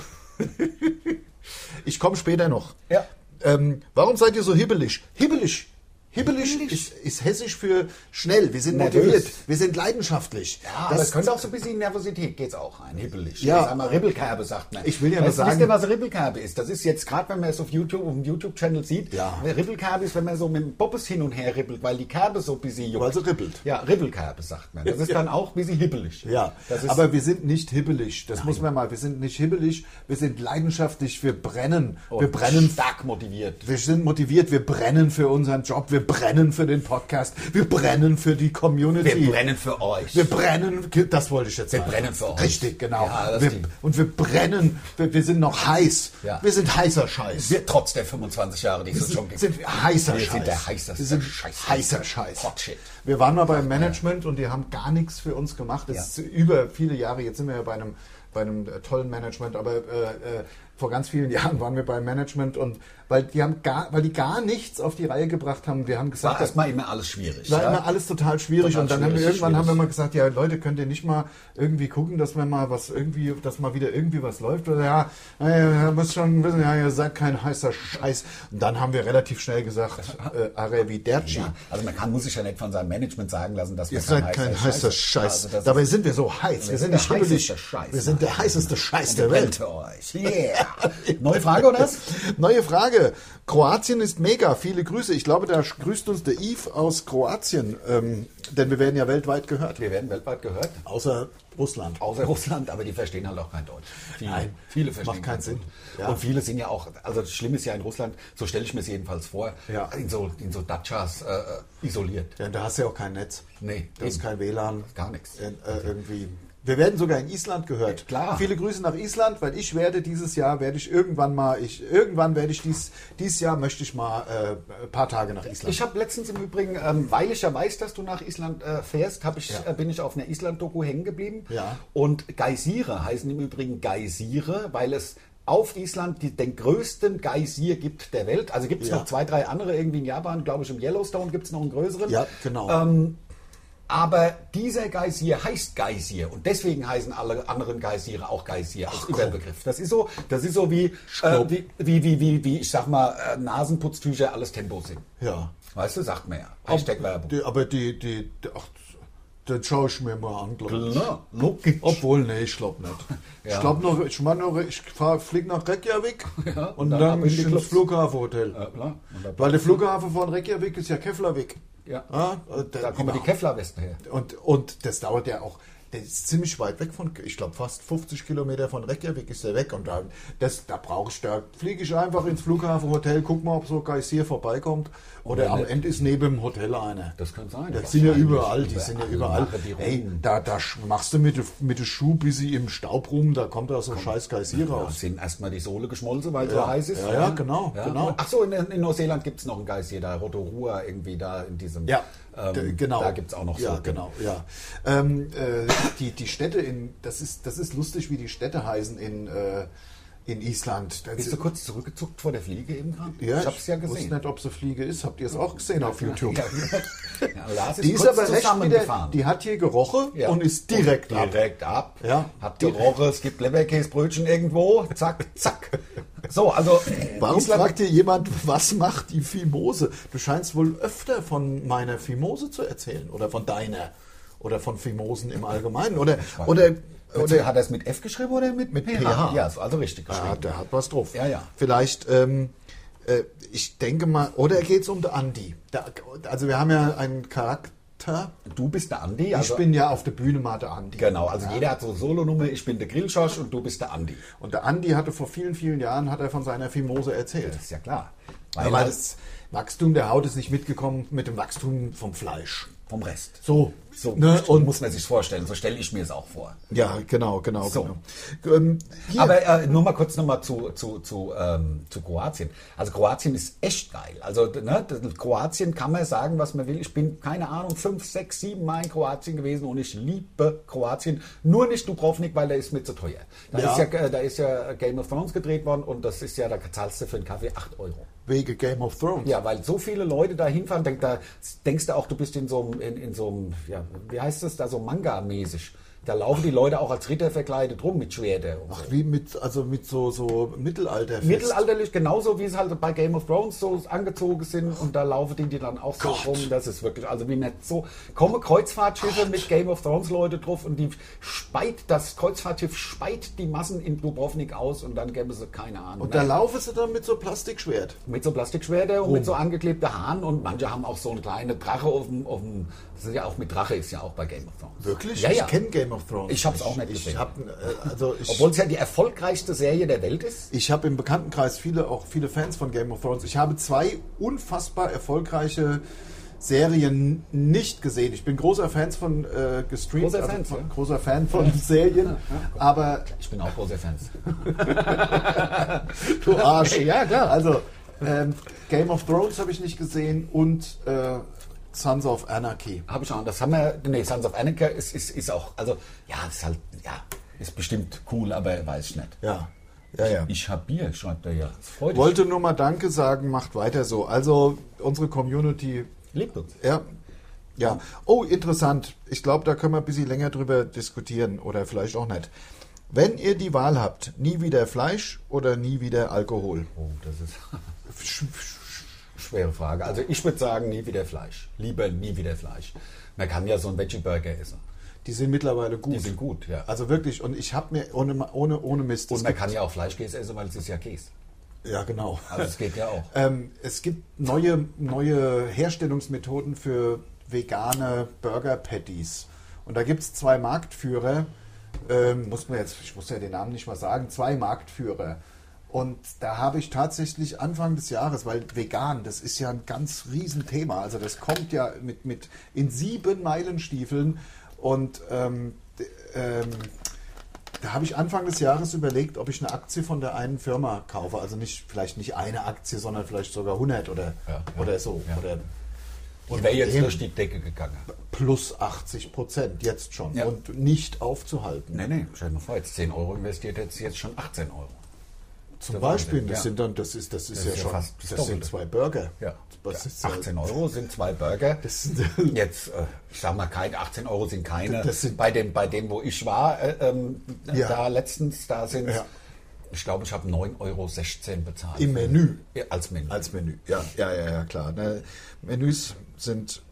S1: ich komme später noch.
S2: Ja.
S1: Ähm, warum seid ihr so hibbelig? Hibbelig! Hibbelig, Ist, ist hessisch für schnell. Wir sind
S2: Nervös.
S1: motiviert. Wir sind leidenschaftlich.
S2: Ja, aber es könnte auch so ein bisschen Nervosität geht's auch ein, hibbelig.
S1: Ja.
S2: Ja. Sag mal, Ribbelkerbe sagt man.
S1: Ich will ja nur
S2: Weißt du,
S1: sagen-
S2: Wisst ihr, was Ribbelkerbe ist? Das ist jetzt gerade, wenn man es auf YouTube, auf dem YouTube-Channel sieht.
S1: Ja.
S2: Ribbelkerbe ist, wenn man so mit dem Bobbes hin und her ribbelt, weil die Kerbe so ein bisschen juckt.
S1: Weil sie ribbelt.
S2: Ja, Ribbelkerbe sagt man.
S1: [LAUGHS]
S2: Das ist dann auch ein bisschen hibbelig.
S1: Ja,
S2: Das ist,
S1: aber wir sind nicht hibbelig. Das muss man mal. Wir sind nicht hibbelig. Wir sind leidenschaftlich. Wir brennen. wir
S2: und
S1: brennen
S2: stark motiviert.
S1: Wir sind motiviert, wir brennen für unseren Job, wir brennen für den Podcast, wir brennen für die Community.
S2: Wir brennen für euch.
S1: Wir brennen, das wollte ich jetzt
S2: Wir
S1: sagen.
S2: brennen für euch.
S1: Richtig, genau.
S2: Ja, das
S1: wir,
S2: klingt-
S1: und wir brennen, wir, wir sind noch heiß.
S2: Ja.
S1: Wir sind heißer Scheiß.
S2: Wir, trotz der 25 Jahre, die es uns schon
S1: sind,
S2: gibt.
S1: sind wir heißer
S2: Wir
S1: Scheiß.
S2: sind der heißeste
S1: wir sind
S2: Scheiß.
S1: heißer Scheiß.
S2: Hot shit.
S1: Wir waren mal beim Management und die haben gar nichts für uns gemacht. Das
S2: Ja.
S1: ist über viele Jahre. Jetzt sind wir ja bei einem, bei einem äh, tollen Management, aber äh, äh, vor ganz vielen [LAUGHS] Jahren waren wir beim Management und weil die haben gar, weil die gar nichts auf die Reihe gebracht haben. Wir haben gesagt,
S2: War
S1: das
S2: erstmal immer alles schwierig.
S1: war
S2: ja?
S1: immer alles total schwierig
S2: Total
S1: und dann haben wir
S2: schwierig,
S1: irgendwann
S2: schwierig.
S1: haben wir mal gesagt, ja Leute, könnt ihr nicht mal irgendwie gucken, dass wir mal was irgendwie, dass mal wieder irgendwie was läuft oder ja, naja, ihr müsst schon wissen, ja, ihr seid kein heißer Scheiß. Und dann haben wir relativ schnell gesagt, äh, Arrivederci.
S2: Ja, also man kann, muss sich ja nicht von seinem Management sagen lassen, dass
S1: Ihr
S2: man
S1: seid kein heißer Scheiß.
S2: Also das
S1: Dabei sind wir so heiß. Wir, sind
S2: Wir sind
S1: nicht
S2: der
S1: hibbelig.
S2: heißeste Scheiß.
S1: Wir sind der heißeste Scheiß
S2: ist
S1: der
S2: der
S1: Welt.
S2: für euch. Yeah. Neue Frage, oder was?
S1: Neue Frage. Kroatien ist mega. Viele Grüße. Ich glaube, da grüßt uns der Yves aus Kroatien, ähm, denn wir werden ja weltweit gehört.
S2: Wir werden weltweit gehört,
S1: Außer Russland.
S2: außer Russland, aber die verstehen halt auch kein Deutsch. Viele,
S1: Nein,
S2: viele verstehen
S1: macht keinen
S2: kein
S1: Sinn.
S2: Deutsch.
S1: Ja.
S2: Und viele sind ja auch, also das Schlimme ist ja in Russland, so stelle ich mir es jedenfalls vor,
S1: Ja.
S2: in so, in so Dachas äh, isoliert.
S1: Ja, und da hast du ja auch kein Netz.
S2: Nee,
S1: da ist
S2: eben.
S1: kein WLAN.
S2: Gar nichts.
S1: Äh, äh, irgendwie. Wir werden sogar in Island gehört.
S2: Klar.
S1: Viele Grüße nach Island, weil ich werde dieses Jahr, werde ich irgendwann mal, ich irgendwann werde ich dies, dieses Jahr möchte ich mal äh, ein paar Tage nach Island.
S2: Ich habe letztens im Übrigen, ähm, weil ich ja weiß, dass du nach Island äh, fährst, hab ich,
S1: Ja.
S2: äh, bin ich auf einer Island-Doku hängen geblieben.
S1: Ja.
S2: Und Geysire heißen im Übrigen Geysire, weil es auf Island die, den größten Geysir gibt der Welt. Also gibt es
S1: Ja.
S2: noch zwei, drei andere irgendwie in Japan, glaube ich, im Yellowstone gibt es noch einen größeren.
S1: ja, genau.
S2: Ähm, Aber dieser Geysir heißt Geysir und deswegen heißen alle anderen Geysire auch Geysir als Überbegriff. Das ist so, das ist so wie, äh, wie, wie, wie, wie, wie, ich sag mal, äh, Nasenputztücher alles Tempo sind.
S1: ja.
S2: Weißt du, sagt man ja. Hashtag Werbung.
S1: Die, aber die, die, die ach, dann schaue ich mir mal an, glaub ich.
S2: Ne? Logisch.
S1: Obwohl, nee, ich glaube nicht.
S2: [LAUGHS] Ja.
S1: Ich glaube noch, ich, mach noch, ich fliege nach
S2: [LAUGHS]
S1: Reykjavik und
S2: und dann
S1: dann,
S2: ab in die
S1: ins
S2: Clubs.
S1: Flughafenhotel.
S2: Ja, klar. Und da-
S1: Weil der Flughafen von Reykjavik ist ja Keflavik.
S2: Ja.
S1: äh, der-
S2: Da kommen die Kevlar-Westen her.
S1: und, und das dauert ja auch, das ist ziemlich weit weg von, ich glaube fast 50 Kilometer von Reykjavik ist der weg. Und da, das, da brauche ich, da fliege ich einfach ins Flughafenhotel, guck mal, ob so Geysir vorbeikommt. Oder
S2: Oder
S1: am
S2: nicht.
S1: Ende ist neben dem Hotel einer.
S2: Das könnte sein.
S1: Das sind ja
S2: Wahrscheinlich.
S1: überall, die sind ja überall.
S2: machen die rum.
S1: Ey, da, da sch- machst du mit, de- mit dem Schuh bis sie im Staub rum, da kommt da so ein scheiß Geysir
S2: Da
S1: raus.
S2: sind erstmal die Sohle geschmolzen, weil
S1: Ja.
S2: so heiß ist.
S1: Ja, ja, genau, genau.
S2: Ach so, in, in Neuseeland gibt es noch einen Geist hier, da Rotorua irgendwie da in diesem.
S1: Ja,
S2: ähm,
S1: d- genau.
S2: Da gibt es auch noch
S1: ja,
S2: so.
S1: genau, ja. Ähm, äh, die, die Städte in, das ist, das ist lustig, wie die Städte heißen in, äh, in Island. Das
S2: Bist du kurz zurückgezuckt vor der Fliege eben gerade?
S1: ja,
S2: ich hab's ja gesehen.
S1: wusste nicht, ob sie Fliege ist. Habt ihr es auch gesehen auf YouTube?
S2: Ja, [LAUGHS] ja, Lars
S1: Die ist
S2: kurz
S1: aber recht wieder,
S2: zusammengefahren.
S1: die hat hier gerochen
S2: Ja.
S1: und ist direkt ab.
S2: Direkt ab.
S1: Ja.
S2: Hab gerochen, es gibt Leberkäsebrötchen irgendwo. Zack, zack. So, also
S1: Warum
S2: Island-
S1: fragt dir jemand, was macht die Fimose? Du scheinst wohl öfter von meiner Fimose zu erzählen oder von deiner oder von Fimosen im Allgemeinen oder oder
S2: Oder Äh, hat er es mit F geschrieben oder mit,
S1: Mit PH.
S2: Ja, ist also richtig
S1: ja,
S2: geschrieben.
S1: der hat was drauf.
S2: Ja, ja.
S1: Vielleicht ähm, äh, ich denke mal oder geht's um den Andi? Der, also wir haben ja einen Charakter.
S2: Du bist der Andi. also
S1: Ich bin ja auf der Bühne mal der Andi.
S2: Genau, also jeder hat so Solonummer. Ich bin der Grillschorsch und du bist der Andi.
S1: Und der Andi hatte vor vielen vielen Jahren hat er von seiner Fimose erzählt.
S2: Das ist ja klar. Weil,
S1: Weil, weil
S2: er
S1: das Wachstum der Haut ist nicht mitgekommen mit dem Wachstum vom Fleisch.
S2: vom Rest.
S1: So,
S2: So
S1: ne?
S2: und
S1: und
S2: muss man sich vorstellen. So stelle ich mir es auch vor.
S1: Ja, genau, genau.
S2: So.
S1: genau. Ähm, hier,
S2: Aber äh, nur mal kurz nochmal zu, zu, zu, ähm, zu Kroatien. Also Kroatien ist echt geil. Also ne, das- Kroatien kann man sagen, was man will. Ich bin, keine Ahnung, fünf, sechs, sieben Mal in Kroatien gewesen und ich liebe Kroatien. Nur nicht Dubrovnik, weil der ist mir zu teuer. Da,
S1: Ja.
S2: Ist ja, äh, da ist ja Game of Thrones gedreht worden und das ist ja, da zahlst du für einen Kaffee 8 Euro.
S1: wege Game of Thrones.
S2: Ja, weil so viele Leute da hinfahren, denk, da denkst du auch, du bist in so einem, in, in so einem ja, wie heißt das da, so Manga-mäßig. Da laufen die Leute auch als Ritter verkleidet rum mit Schwerte. Und so.
S1: Ach, wie mit, also mit so, so Mittelalter.
S2: Mittelalterlich, genauso wie es halt bei Game of Thrones so angezogen sind und da laufen die, die dann auch so
S1: Gott.
S2: rum. Das ist wirklich, also wie nett so. Komme Kreuzfahrtschiffe mit Game of Thrones Leute drauf und die speit, das Kreuzfahrtschiff speit die Massen in Dubrovnik aus und dann gäbe es keine Ahnung. ne?
S1: Und da laufen sie dann mit so Plastikschwert.
S2: Mit so Plastikschwerte und mit so angeklebte Haaren und manche haben auch so eine kleine Drache auf dem, auf dem das ist ja auch mit Drache ist ja auch bei Game of Thrones.
S1: Wirklich?
S2: Ja, ja.
S1: Ich kenne Game of Thrones.
S2: Ich hab's auch nicht
S1: ich
S2: gesehen.
S1: Hab, äh, also ich,
S2: Obwohl es ja die erfolgreichste Serie der Welt ist.
S1: ich habe im Bekanntenkreis viele, auch viele Fans von Game of Thrones. Ich habe zwei unfassbar erfolgreiche Serien nicht gesehen. Ich bin großer Fan von äh, gestreamt,
S2: Großer Fan,
S1: von,
S2: ja.
S1: großer Fan von Serien, aber
S2: Ich bin auch großer Fan.
S1: Du Arsch.
S2: Ja, klar.
S1: Also, ähm, Game of Thrones habe ich nicht gesehen und äh, Sons of Anarchy.
S2: Habe ich auch. Das haben wir. Nee, Sons of Anarchy ist, ist, ist auch. Also, ja, ist halt. Ja, ist bestimmt cool, aber weiß ich nicht.
S1: Ja. Ja, ja.
S2: Ich hab Bier, schreibt er ja. Das freut dich.
S1: Wollte nur mal Danke sagen, macht weiter so. Also, unsere Community,
S2: Liebt uns.
S1: ja. Ja. Oh, interessant. Ich glaube, da können wir ein bisschen länger drüber diskutieren oder vielleicht auch nicht. Wenn ihr die Wahl habt, nie wieder Fleisch oder nie wieder Alkohol.
S2: Oh, das ist. [LAUGHS] Schwere Frage. Also, ich würde sagen, nie wieder Fleisch. Lieber nie wieder Fleisch. Man kann ja so einen Veggie-Burger essen.
S4: die sind mittlerweile gut.
S2: Die sind gut, ja.
S4: Also wirklich, und ich habe mir ohne, ohne, ohne Mist.
S2: Und
S4: es
S2: man
S4: gibt-
S2: kann ja auch Fleischkäse essen, weil es ist ja Käse.
S4: ja, genau.
S2: Also es geht ja auch.
S4: Ähm, es gibt neue, neue Herstellungsmethoden für vegane Burger Patties. Und da gibt es zwei Marktführer, ähm, muss man jetzt, ich muss ja den Namen nicht mal sagen, zwei Marktführer. Und da habe ich tatsächlich Anfang des Jahres, weil vegan, das ist ja ein ganz Riesenthema. Also das kommt ja mit, mit in sieben Meilenstiefeln. Und ähm, d- ähm, da habe ich Anfang des Jahres überlegt, ob ich eine Aktie von der einen Firma kaufe. Also nicht vielleicht nicht eine Aktie, sondern vielleicht sogar 100 oder,
S2: Ja, ja,
S4: oder so.
S2: ja.
S4: Oder
S2: Und wäre jetzt
S4: eben.
S2: durch die Decke gegangen.
S4: plus 80 Prozent jetzt schon.
S2: Ja.
S4: Und nicht aufzuhalten.
S2: Nee, nee, stell dir mal vor, jetzt 10 Euro investiert, jetzt, jetzt schon 18 Euro.
S4: Zum
S2: Der
S4: Beispiel,
S2: Wahnsinn,
S4: das
S2: ja.
S4: sind dann, das ist, das ist
S2: Das
S4: ja
S2: ist ja
S4: schon,
S2: fast das
S4: das sind
S2: Doppelte.
S4: zwei Burger.
S2: Ja.
S4: Das ist ja-
S2: 18 Euro sind zwei Burger.
S4: Das sind-
S2: Jetzt, äh, ich sag mal, kein, 18 Euro sind keine.
S4: Das sind-
S2: bei, dem, bei dem, wo ich war, äh, ähm,
S4: Ja.
S2: da letztens, da sind
S4: Ja.
S2: ich glaube, ich habe 9,16 Euro bezahlt.
S4: Im Menü.
S2: Ja, als Menü.
S4: Als Menü. Ja, ja, ja, ja klar. Ne, Menüs sind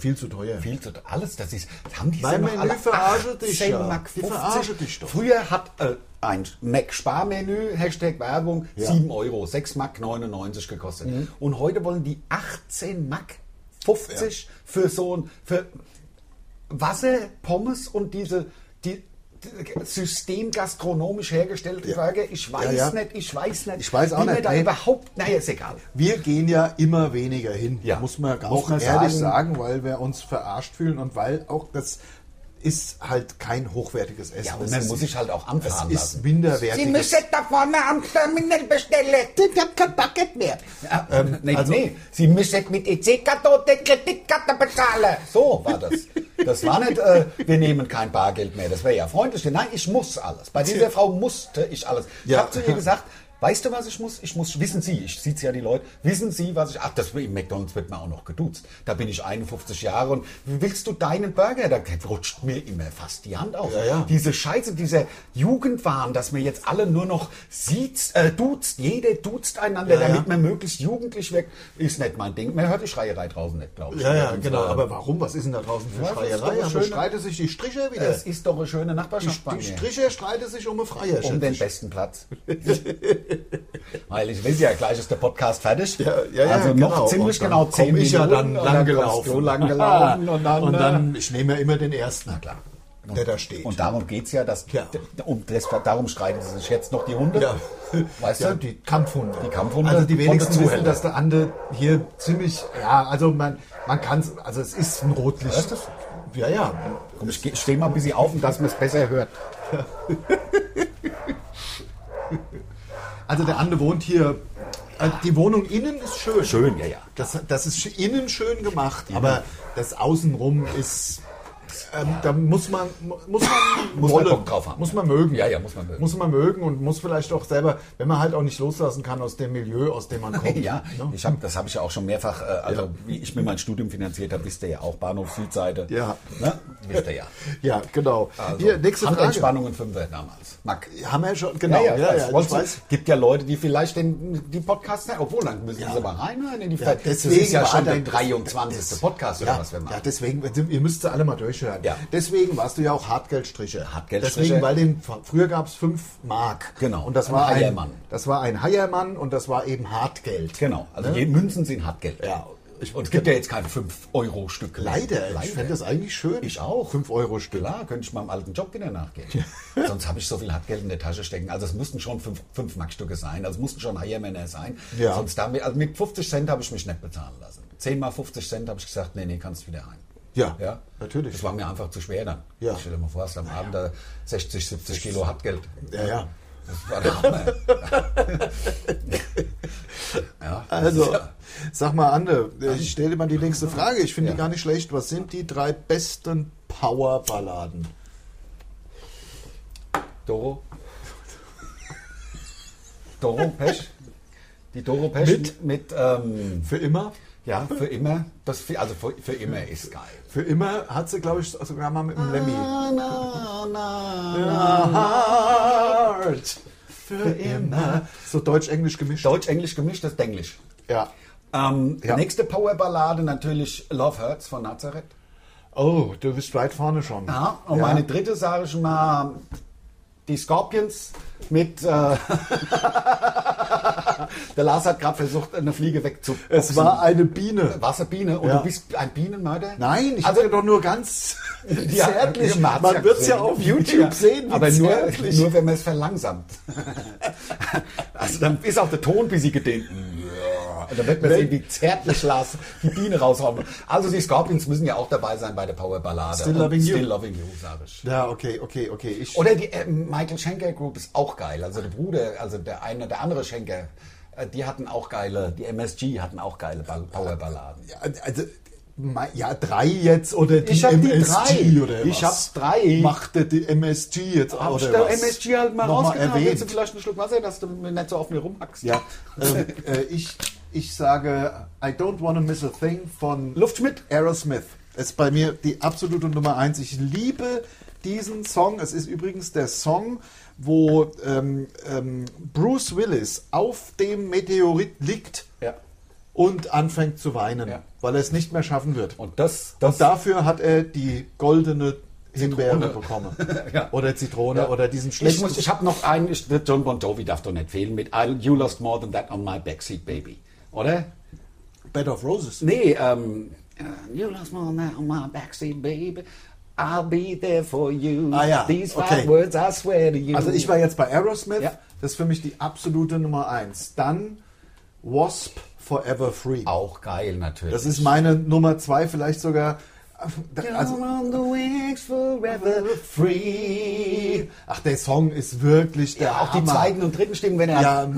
S4: viel zu teuer.
S2: viel zu alles. Das ist, das haben die
S4: Mein
S2: noch
S4: Menü
S2: alle
S4: verarscht dich
S2: 18
S4: ja.
S2: Mark
S4: Die
S2: 50.
S4: verarscht dich doch.
S2: Früher hat äh, ein Mac-Sparmenü, Hashtag Werbung,
S4: Ja. Mhm.
S2: 7 Euro, 6 Mark 99 gekostet. Und heute wollen die 18 Mark 50 für so ein für Wasser, Pommes und diese die, die systemgastronomisch hergestellte
S4: Ja.
S2: Burger. Ich weiß
S4: Ja, ja.
S2: nicht, ich weiß nicht.
S4: Ich weiß auch
S2: wie man
S4: nicht,
S2: Da
S4: nee.
S2: überhaupt, naja, ist egal.
S4: [LAUGHS] Wir gehen ja immer weniger hin,
S2: Ja.
S4: muss man
S2: Muss
S4: auch
S2: man
S4: ehrlich sagen.
S2: sagen.
S4: weil wir uns verarscht fühlen und weil auch das ist halt kein hochwertiges Essen.
S2: Ja,
S4: Das
S2: und man
S4: ist-
S2: muss sich halt auch anfahren
S4: Es
S2: lassen.
S4: ist minderwertiges.
S2: da vorne am Terminal bestellen. Ich hab kein Bucket mehr. Ja, ähm, [LAUGHS] nee,
S4: also-
S2: nee. Sie müssen mit EC-Karte und der Kreditkarte bezahlen. So war das. Das war nicht, äh, wir nehmen kein Bargeld mehr. Das wäre ja freundlich. Nein, ich muss alles. Bei dieser Frau musste ich alles. Ich
S4: Ja.
S2: habe zu ihr gesagt, weißt du, was ich muss? Ich muss, wissen Sie, ich sieht's ja die Leute, wissen Sie, was ich, ach, das im McDonalds wird man auch noch geduzt. Da bin ich 51 Jahre und willst du deinen Burger? Da rutscht mir immer fast die Hand auf.
S4: Ja, ja.
S2: Diese Scheiße, dieser Jugendwahn, dass man jetzt alle nur noch sieht, äh, duzt, jeder duzt einander,
S4: Ja, ja.
S2: damit man möglichst jugendlich wirkt, ist nicht mein Ding. Man hört die Schreierei draußen nicht, glaube ich.
S4: ja, ja,
S2: Und,
S4: genau.
S2: äh,
S4: Aber warum? Was ist denn da draußen für
S2: Ja, das ist doch
S4: Schreierei?
S2: eine
S4: Da
S2: schöne-
S4: streiten sich die Stricher wieder.
S2: es ist doch eine schöne
S4: die,
S2: Nachbarschaft bei
S4: die
S2: mir.
S4: Stricher streiten sich um eine Freier.
S2: Um den besten Platz. [LAUGHS] Weil ich weiß ja, gleich ist der Podcast fertig. also noch ziemlich
S4: Und dann
S2: genau zehn
S4: komm ich
S2: Minuten.
S4: ja dann
S2: und
S4: lang
S2: dann kommst
S4: gelaufen.
S2: du lang
S4: [LAUGHS]
S2: gelaufen
S4: und
S2: und
S4: dann,
S2: dann, äh,
S4: ich nehme ja immer den ersten, na klar, der da steht.
S2: Und darum geht es ja, dass
S4: Ja.
S2: Um, das, darum streiten sie sich jetzt noch die Hunde.
S4: Ja.
S2: Weißt
S4: ja,
S2: du?
S4: die Kampfhunde.
S2: Die Kampfhunde
S4: Also die wenigsten
S2: und der
S4: wissen, dass der Ande hier ziemlich, ja, also man, man kann es, also es ist ein Rotlicht.
S2: Hörst du's?
S4: Ja, ja.
S2: Komm, ich geh- steh mal ein bisschen auf, und dass man es besser hört.
S4: Also der Ande wohnt hier, äh, die Wohnung innen ist schön.
S2: Schön, ja, ja.
S4: Das, das ist sch- innen schön gemacht, aber das Außenrum ist, ähm, da muss man, mu- [COUGHS] muss man,
S2: Muss man
S4: wollen.
S2: Bock drauf haben.
S4: Muss man mögen.
S2: Ja, ja, muss man mögen.
S4: Muss man mögen und muss vielleicht auch selber, wenn man halt auch nicht loslassen kann aus dem Milieu, aus dem man [LAUGHS] kommt.
S2: Ja,
S4: ne?
S2: ich hab, das habe ich ja auch schon mehrfach, äh, also wie ich mir mein Studium finanziert habe, wisst ihr ja auch, Bahnhof Südseite.
S4: Ja.
S2: Ne? Wisst ihr ja.
S4: ja genau.
S2: Also,
S4: hier, nächste Frage.
S2: Handentspannung und Fünfer damals. Mack.
S4: Haben wir schon, genau. Ja, ja, ja,
S2: Es gibt ja Leute, die vielleicht den, die Podcasts, obwohl dann müssen sie mal reinhören in die
S4: Ja,
S2: Ver- das ist ja
S4: war
S2: schon der
S4: dein-
S2: 23. Podcast oder
S4: ja,
S2: was wir machen.
S4: Ja, deswegen, ihr müsst sie alle mal durchhören.
S2: Ja.
S4: Deswegen warst du ja auch Hartgeldstriche.
S2: Hartgeldstriche.
S4: Deswegen, weil den, früher gab es 5 Mark.
S2: Genau,
S4: Und das
S2: ein
S4: war ein,
S2: Heiermann.
S4: Das war ein Heiermann und das war eben Hartgeld.
S2: Genau, also je- Münzen sind Hartgeld.
S4: Ja, ich-
S2: und es gibt ja genau- jetzt kein 5-Euro-Stück.
S4: Leider, ich fände das eigentlich schön.
S2: Ich auch.
S4: 5 Euro Stück.
S2: Klar, könnte ich meinem alten Job wieder nachgehen. [LAUGHS] Sonst habe ich so viel Hartgeld in der Tasche stecken. Also es mussten schon 5 Markstücke sein, also es mussten schon Eiermänner sein.
S4: Ja.
S2: Sonst damit, also mit 50 Cent habe ich mich nicht bezahlen lassen. 10 mal 50 Cent habe ich gesagt, nee, nee, kannst wieder heim.
S4: Ja,
S2: ja,
S4: natürlich.
S2: Das war mir einfach zu schwer dann.
S4: Ja.
S2: Stell dir mal vor, hast am Abend da 60, 70 Kilo Hartgeld.
S4: Ja, ja.
S2: Das war der Hammer. [LAUGHS] ja, das ist
S4: Also,
S2: ja-
S4: sag mal, Ande, ich stelle dir mal die nächste Frage. Ich finde die gar nicht schlecht. Was sind die drei besten Powerballaden?
S2: Doro. Doro Pesch. Die Doro Pesch
S4: Mit?
S2: mit, ähm,
S4: Für immer?
S2: ja, für immer. Das, für- also für, für immer ist geil.
S4: Für immer hat sie, glaube ich, sogar mal
S2: Ah.
S4: mit dem Lemmy. Für immer. So deutsch-englisch gemischt.
S2: Deutsch-Englisch gemischt, das ist Denglisch.
S4: ja.
S2: Ähm,
S4: Ja.
S2: Nächste Powerballade natürlich Love Hurts von Nazareth.
S1: Oh, du bist weit vorne schon.
S2: Ja, und meine dritte sage ich mal, die Scorpions mit. Äh, [LAUGHS] der Lars hat gerade versucht, eine Fliege wegzuboxen.
S1: Es war eine Biene.
S2: Wasserbiene und
S1: Ja.
S2: du bist ein Bienenmörder?
S1: Nein, ich
S2: also
S1: hatte doch nur [LAUGHS] ganz
S2: ja,
S1: zärtlich.
S2: man hat's
S1: Man wird es ja
S2: gesehen.
S1: auf YouTube
S2: Ja,
S1: sehen, wie
S2: aber
S1: [LAUGHS]
S2: nur,
S1: zärtlich.
S2: nur wenn man es
S1: [LAUGHS]
S2: verlangsamt. also dann ist auch der Ton ein bisschen gedehnt. Und dann wird man
S1: Wenn-
S2: sehen, wie zärtlich Lars die Biene raushauen. Also die Scorpions müssen ja auch dabei sein bei der Powerballade.
S1: Still
S2: Und
S1: Loving You.
S2: Still Loving You, sag ich.
S1: ja, okay, okay, okay. Ich,
S2: Oder die äh, Michael Schenker Group ist auch geil. Also der Bruder, also der eine, der andere Schenker, äh, die hatten auch geile, die MSG hatten auch geile Ball Powerballaden.
S1: Ja, also, mei- ja, drei jetzt oder die
S2: Ich hab die
S1: MSG
S2: drei.
S1: oder
S2: Ich
S1: was?
S2: hab drei.
S1: Macht der die MSG jetzt
S2: Hab ich
S1: oder
S2: der
S1: was?
S2: MSG halt mal
S1: Nochmal
S2: rausgenommen. Willst du
S1: erwähnt.
S2: vielleicht einen Schluck Wasser, dass du mir nicht so auf mir rumhackst?
S1: Ja, ähm, äh, ich, ich sage, I don't wanna miss a thing von
S2: Luftschmidt?
S1: Aerosmith. Ist bei mir die absolute Nummer eins. Ich liebe diesen Song. Es ist übrigens der Song, wo ähm, ähm, Bruce Willis auf dem Meteorit liegt
S2: Ja.
S1: und anfängt zu weinen,
S2: Ja.
S1: weil er es nicht mehr schaffen wird.
S2: Und das, das
S1: Und dafür hat er die goldene Himbeere
S2: Zitrone.
S1: [LAUGHS] bekommen.
S2: Ja.
S1: Oder Zitrone
S2: Ja.
S1: oder diesen
S2: Ich,
S1: schlechten.
S2: muss, ich habe noch einen, ich, der John Bon Jovi darf doch nicht fehlen, mit I, You Lost More Than That on My Backseat Baby, oder?
S1: Bed of Roses.
S2: Nee, ähm, äh, You Lost More Than That on My Backseat Baby, I'll be there for you,
S1: Ah ja,
S2: these
S1: okay.
S2: five words I swear to you.
S1: Also ich war jetzt bei Aerosmith.
S2: Ja.
S1: Das ist für mich die absolute Nummer eins. Dann Wasp Forever Free.
S2: auch geil natürlich.
S1: Das ist meine Nummer zwei, vielleicht sogar.
S2: also,
S1: Also,
S2: on the wings forever free.
S1: ach, der Song ist wirklich der
S2: Ja, auch die
S1: Hammer.
S2: zweiten und dritten Stimmen, wenn er
S1: Ja, am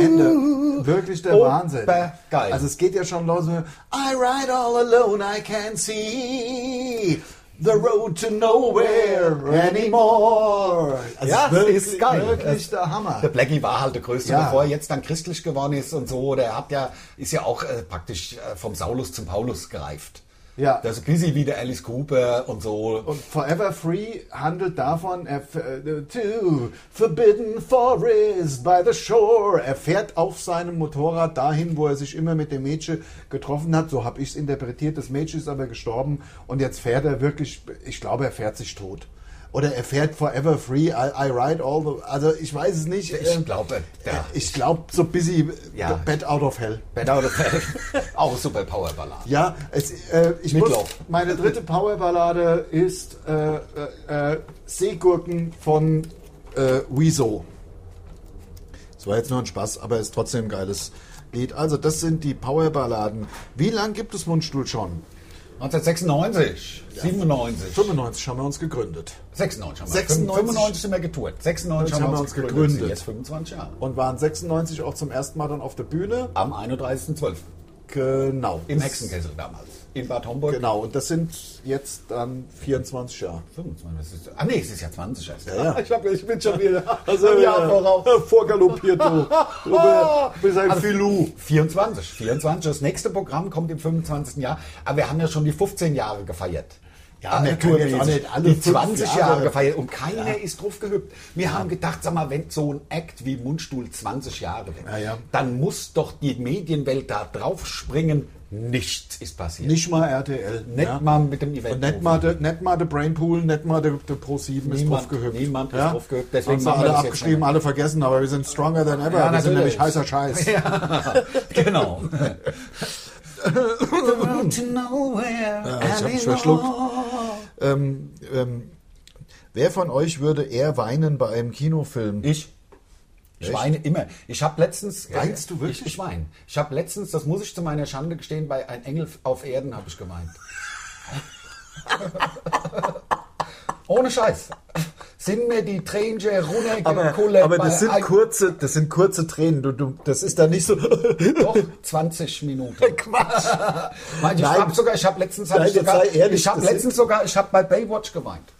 S1: Ende. Wirklich
S2: Oh,
S1: der Wahnsinn.
S2: Obergeil.
S1: Also es geht ja schon los mit I ride all alone, I can't see the road to nowhere anymore. Also
S2: ja,
S1: es
S2: das ist geil.
S1: Wirklich der Hammer.
S2: Der Blackie war halt der Größte,
S1: Ja.
S2: bevor er jetzt dann christlich geworden ist und so. Der hat ja, ist ja auch äh, praktisch äh, vom Saulus zum Paulus gereift. Also
S1: Ja.
S2: Das ist quasi wie der Alice Cooper und so.
S1: Und Forever Free handelt davon, er f- äh, to Forbidden Forest by the Shore. Er fährt auf seinem Motorrad dahin, wo er sich immer mit dem Mädchen getroffen hat. So habe ich es interpretiert. Das Mädchen ist aber gestorben und jetzt fährt er wirklich, ich glaube, er fährt sich tot. Oder er fährt Forever Free, I, I ride all the. Also ich weiß es nicht. Ähm,
S2: ich glaube, ja.
S1: ich glaube, so busy
S2: Ja.
S1: Bad Out of Hell.
S2: Better oder [LAUGHS] auch super Powerballade.
S1: Ja, es, äh, ich muss,
S2: Mitlauf.
S1: meine dritte Powerballade ist äh, äh, äh, Seegurken von äh, Wieso. Es war jetzt nur ein Spaß, aber ist trotzdem ein geiles Lied. Also, das sind die Powerballaden. Wie lang gibt es Mundstuhl schon?
S2: 1996, 97,
S1: 95 haben wir uns gegründet
S2: 96 haben wir.
S1: 96
S2: 95 sind wir getourt. 96 haben wir uns gegründet. Sind jetzt 25 Jahre.
S1: und waren 96 auch zum ersten Mal dann auf der Bühne.
S2: Am 31.12.
S1: Genau.
S2: im Hexenkessel damals. In Bad Homburg.
S1: Genau, und das sind jetzt dann 24 Jahre.
S2: 25. das Ist, ah nee, es ist ja 20 erst.
S1: Ja, ja.
S2: Ich, hab, ich bin schon wieder
S1: Also,
S2: ein Jahr
S1: äh,
S2: voraus.
S1: Vorgaloppiert, du. du
S2: [LAUGHS]
S1: bist- bist ein Filou.
S2: 24, 24. Das nächste Programm kommt im 25. Jahr. Aber wir haben ja schon die 15 Jahre gefeiert.
S1: Ja, wir
S2: Äh,
S1: können jetzt
S2: tourmäßig.
S1: auch nicht alle
S2: die
S1: fünf
S2: 20 Jahre,
S1: Jahre
S2: gefeiert und keiner ist drauf gehüpft. Wir haben gedacht, sag mal, wenn so ein Act wie Mundstuhl 20 Jahre wird,
S1: Ja, ja.
S2: dann muss doch die Medienwelt da drauf springen. Nichts ist passiert.
S1: Nicht mal RTL.
S2: Nicht mal mit dem Event.
S1: Und nicht mal der nicht mal der Brainpool, nicht mal der, der Pro7 ist
S2: Niemand-
S1: drauf gehüpft.
S2: niemand ist drauf gehüpft,
S1: Deswegen
S2: deswegen
S1: haben sie
S2: machen wir
S1: alle
S2: das jetzt
S1: abgeschrieben,
S2: nochmal.
S1: alle vergessen, aber wir sind stronger than ever.
S2: Ja,
S1: wir sind
S2: natürlich.
S1: nämlich heißer Scheiß. [LAUGHS]
S2: genau.
S1: ich hab mich verschluckt. Ähm, ähm, wer von euch würde eher weinen bei einem Kinofilm?
S2: Ich. Ich weine immer. Ich habe letztens.
S1: Weinst du wirklich?
S2: Ich, ich weine. Ich habe letztens, das muss ich zu meiner Schande gestehen, bei Ein Engel auf Erden habe ich geweint. [LAUGHS] Ohne Scheiß. Sind mir die Tränen runtergekullert. bei Ein-
S1: kurze, das sind kurze Tränen. Du, du, das ist da nicht so. [LAUGHS]
S2: Doch, 20 Minuten.
S1: Quatsch.
S2: Mann, ich
S1: Nein.
S2: habe sogar, ich habe letztens, hab
S1: Nein,
S2: ich
S1: jetzt
S2: sogar,
S1: sei ehrlich,
S2: ich habe
S1: das
S2: letztens sogar, ich habe bei Baywatch geweint.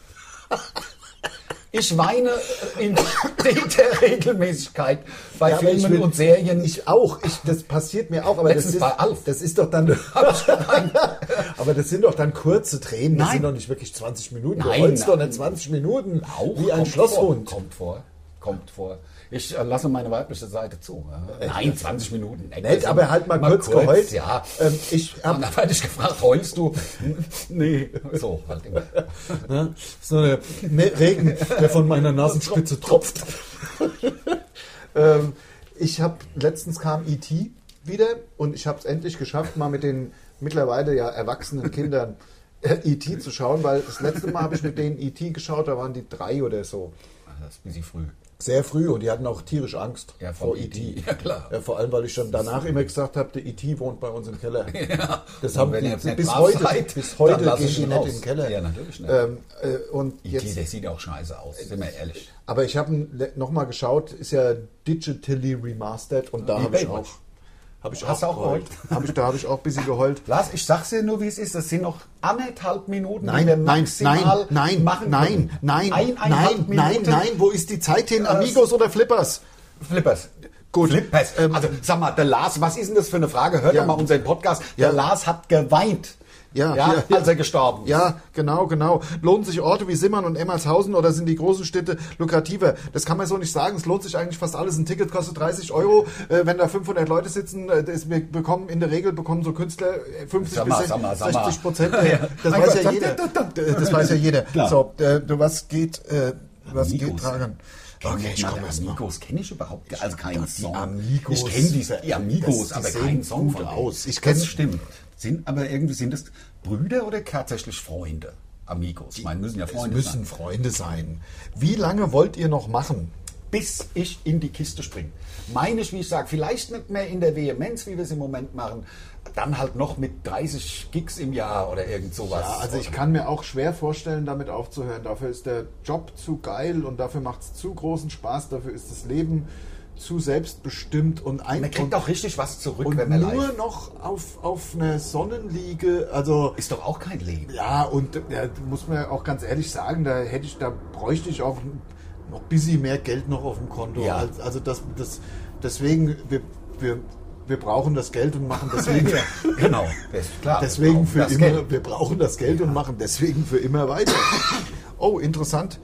S2: Ich weine in [LAUGHS] der Regelmäßigkeit bei
S1: Ja, aber ich
S2: Filmen
S1: will-
S2: und Serien.
S1: Ich auch. Ich, das passiert mir auch. Aber das
S2: Letztens
S1: ist,
S2: bei Alf.
S1: das ist doch dann. [LAUGHS] aber das sind doch dann kurze Tränen. Das
S2: Nein.
S1: sind doch nicht wirklich 20 Minuten.
S2: Nein,
S1: du heulst doch
S2: nein.
S1: nicht 20 Minuten
S2: Auch
S1: wie ein
S2: kommt
S1: Schlosshund.
S2: Vor, kommt vor. kommt vor. Ich äh, lasse meine weibliche Seite zu. Ja. Nein, 20 Minuten. Ey,
S4: Nett,
S2: das-
S4: aber halt mal, kurz, geheult.
S2: Ja.
S4: Ähm, ich
S2: Und
S4: hab,
S2: dann werde ich gefragt, heulst
S4: [LAUGHS]
S2: du? nee. So, halt immer.
S1: Ne? So
S4: äh,
S1: der
S4: Ne,
S1: Me- Regen, der von meiner Nasenspitze tropft.
S4: [LAUGHS] ähm, ich hab, letztens kam E.T. wieder und ich habe es endlich geschafft, mal mit den mittlerweile ja [LAUGHS] erwachsenen Kindern äh, E.T. zu schauen, weil das letzte Mal habe ich mit denen E.T. geschaut, da waren die drei oder so.
S2: Das ist ein bisschen früh.
S4: Sehr früh und die hatten auch tierisch Angst
S2: Ja, vom
S4: vor E
S2: E.T..
S4: E.T.
S2: Ja, klar. [LAUGHS]
S4: Ja, vor allem, weil ich dann danach immer gesagt habe, der E.T. wohnt bei uns im Keller. Das haben
S2: Und wenn ihr jetzt
S4: die
S2: nicht
S4: bis
S2: brav
S4: heute,
S2: seid,
S4: bis
S2: dann
S4: heute
S2: lass
S4: gehen
S2: ich
S4: die
S2: ihn
S4: nicht
S2: raus.
S4: im Keller.
S2: Ja, natürlich nicht.
S4: Ähm, äh, und
S2: Jetzt.
S4: jetzt, Äh,
S2: Der sieht auch scheiße aus, sind wir ehrlich.
S4: aber ich habe nochmal geschaut, ist ja digitally remastered und da
S2: Wie
S4: habe ich
S2: Baywatch.
S4: auch. Hab ich
S2: Hast du auch
S4: Hab ich, da habe ich auch ein bisschen geheult.
S2: Lars, ich sag's dir nur, wie es ist. Das sind noch anderthalb Minuten,
S4: Nein,
S2: die wir
S4: nein, nein,
S2: maximal
S4: nein, nein,
S2: machen
S4: nein,
S2: können.
S4: nein, nein,
S2: Eineinhalb
S4: nein, nein,
S2: Minuten.
S4: nein, wo ist die Zeit hin? Amigos oder Flippers?
S2: Flippers.
S4: Gut.
S2: Flippers.
S4: Ähm,
S2: also sag mal, der Lars, was ist denn das für eine Frage? Hört
S4: Ja.
S2: doch mal unseren Podcast.
S4: Ja.
S2: Der Lars hat geweint,
S4: Ja,
S2: ja,
S4: ja, ja.
S2: als er gestorben ist.
S4: Ja, genau, genau. Lohnen sich Orte wie Simmern und Emmershausen oder sind die großen Städte lukrativer? Das kann man so nicht sagen. Es lohnt sich eigentlich fast alles. Ein Ticket kostet 30 Euro. Äh, wenn da 500 Leute sitzen, äh, das, wir bekommen in der Regel bekommen so Künstler äh, 50
S2: Sag mal,
S4: bis
S2: sag mal, sag
S4: 60
S2: mal. [LAUGHS]
S4: Prozent. Äh,
S2: Mein
S4: Das weiß
S2: Gott,
S4: ja
S2: sag-
S4: jeder. Das weiß ja jeder.
S2: Klar.
S4: So, äh, du, was geht, äh, was
S2: Amigos.
S4: geht tragen? Okay, ich komme erst mal.
S2: Amigos kenne ich überhaupt nicht. Also keinen
S4: die
S2: Song.
S4: Amigos-
S2: ich kenne die, die Amigos,
S4: Das- die
S2: aber
S4: sehen
S2: keinen Song
S4: gut
S2: von denen.
S4: aus. Ich kenn-
S2: das stimmt. Sind aber irgendwie sind das Brüder oder tatsächlich Freunde? Amigos. Ich meine, müssen ja
S4: Es
S2: Freunde
S4: müssen
S2: sein.
S4: Freunde sein. Wie lange wollt ihr noch machen?
S2: Bis ich in die Kiste springe. Meine ich, wie ich sage, vielleicht nicht mehr in der Vehemenz, wie wir es im Moment machen. Dann halt noch mit 30 Gigs im Jahr oder irgend sowas.
S4: Ja, also ich kann mir auch schwer vorstellen, damit aufzuhören. Dafür ist der Job zu geil und dafür macht es zu großen Spaß. Dafür ist das Leben zu selbstbestimmt und ein
S2: man kriegt
S4: und,
S2: auch richtig was zurück,
S4: und
S2: wenn man
S4: nur
S2: live.
S4: noch auf, auf einer Sonnenliege. Also
S2: Ist doch auch kein
S4: [LAUGHS]
S2: Leben.
S4: ja, und ja, muss man auch ganz ehrlich sagen, da hätte ich, da bräuchte ich auch noch ein bisschen mehr Geld noch auf dem Konto.
S2: Ja.
S4: Als, also das, das, deswegen, wir, wir, wir brauchen das Geld und machen deswegen.
S2: genau. Das ist klar.
S4: Deswegen
S2: Auf
S4: für
S2: das
S4: immer,
S2: Geld.
S4: wir brauchen das Geld und machen deswegen für immer [LAUGHS] weiter. Oh, interessant.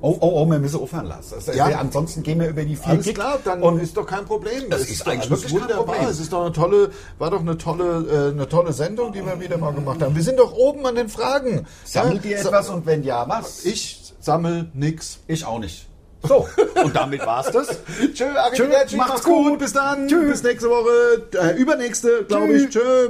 S2: Oh, oh, oh, wir müssen aufhören lassen. Das,
S4: Ja.
S2: ja. Ansonsten gehen wir über die vier
S4: Alles
S2: Gig.
S4: klar, dann
S2: und
S4: ist doch kein Problem.
S2: Das ist
S4: doch
S2: eigentlich
S4: alles
S2: wirklich kein Problem.
S4: Es ist doch eine tolle, war doch eine tolle, äh, eine tolle Sendung, die wir wieder mal gemacht haben. Wir sind doch oben an den Fragen.
S2: sammelt
S4: Ja,
S2: ihr
S4: sa-
S2: etwas und wenn ja, was?
S4: Ich sammel nix.
S2: Ich auch nicht. So, und damit war's das.
S4: Tschö, Arrivederci,
S2: macht's gut.
S4: Bis dann. Bis nächste Woche. Äh, übernächste, glaube ich. Tschö.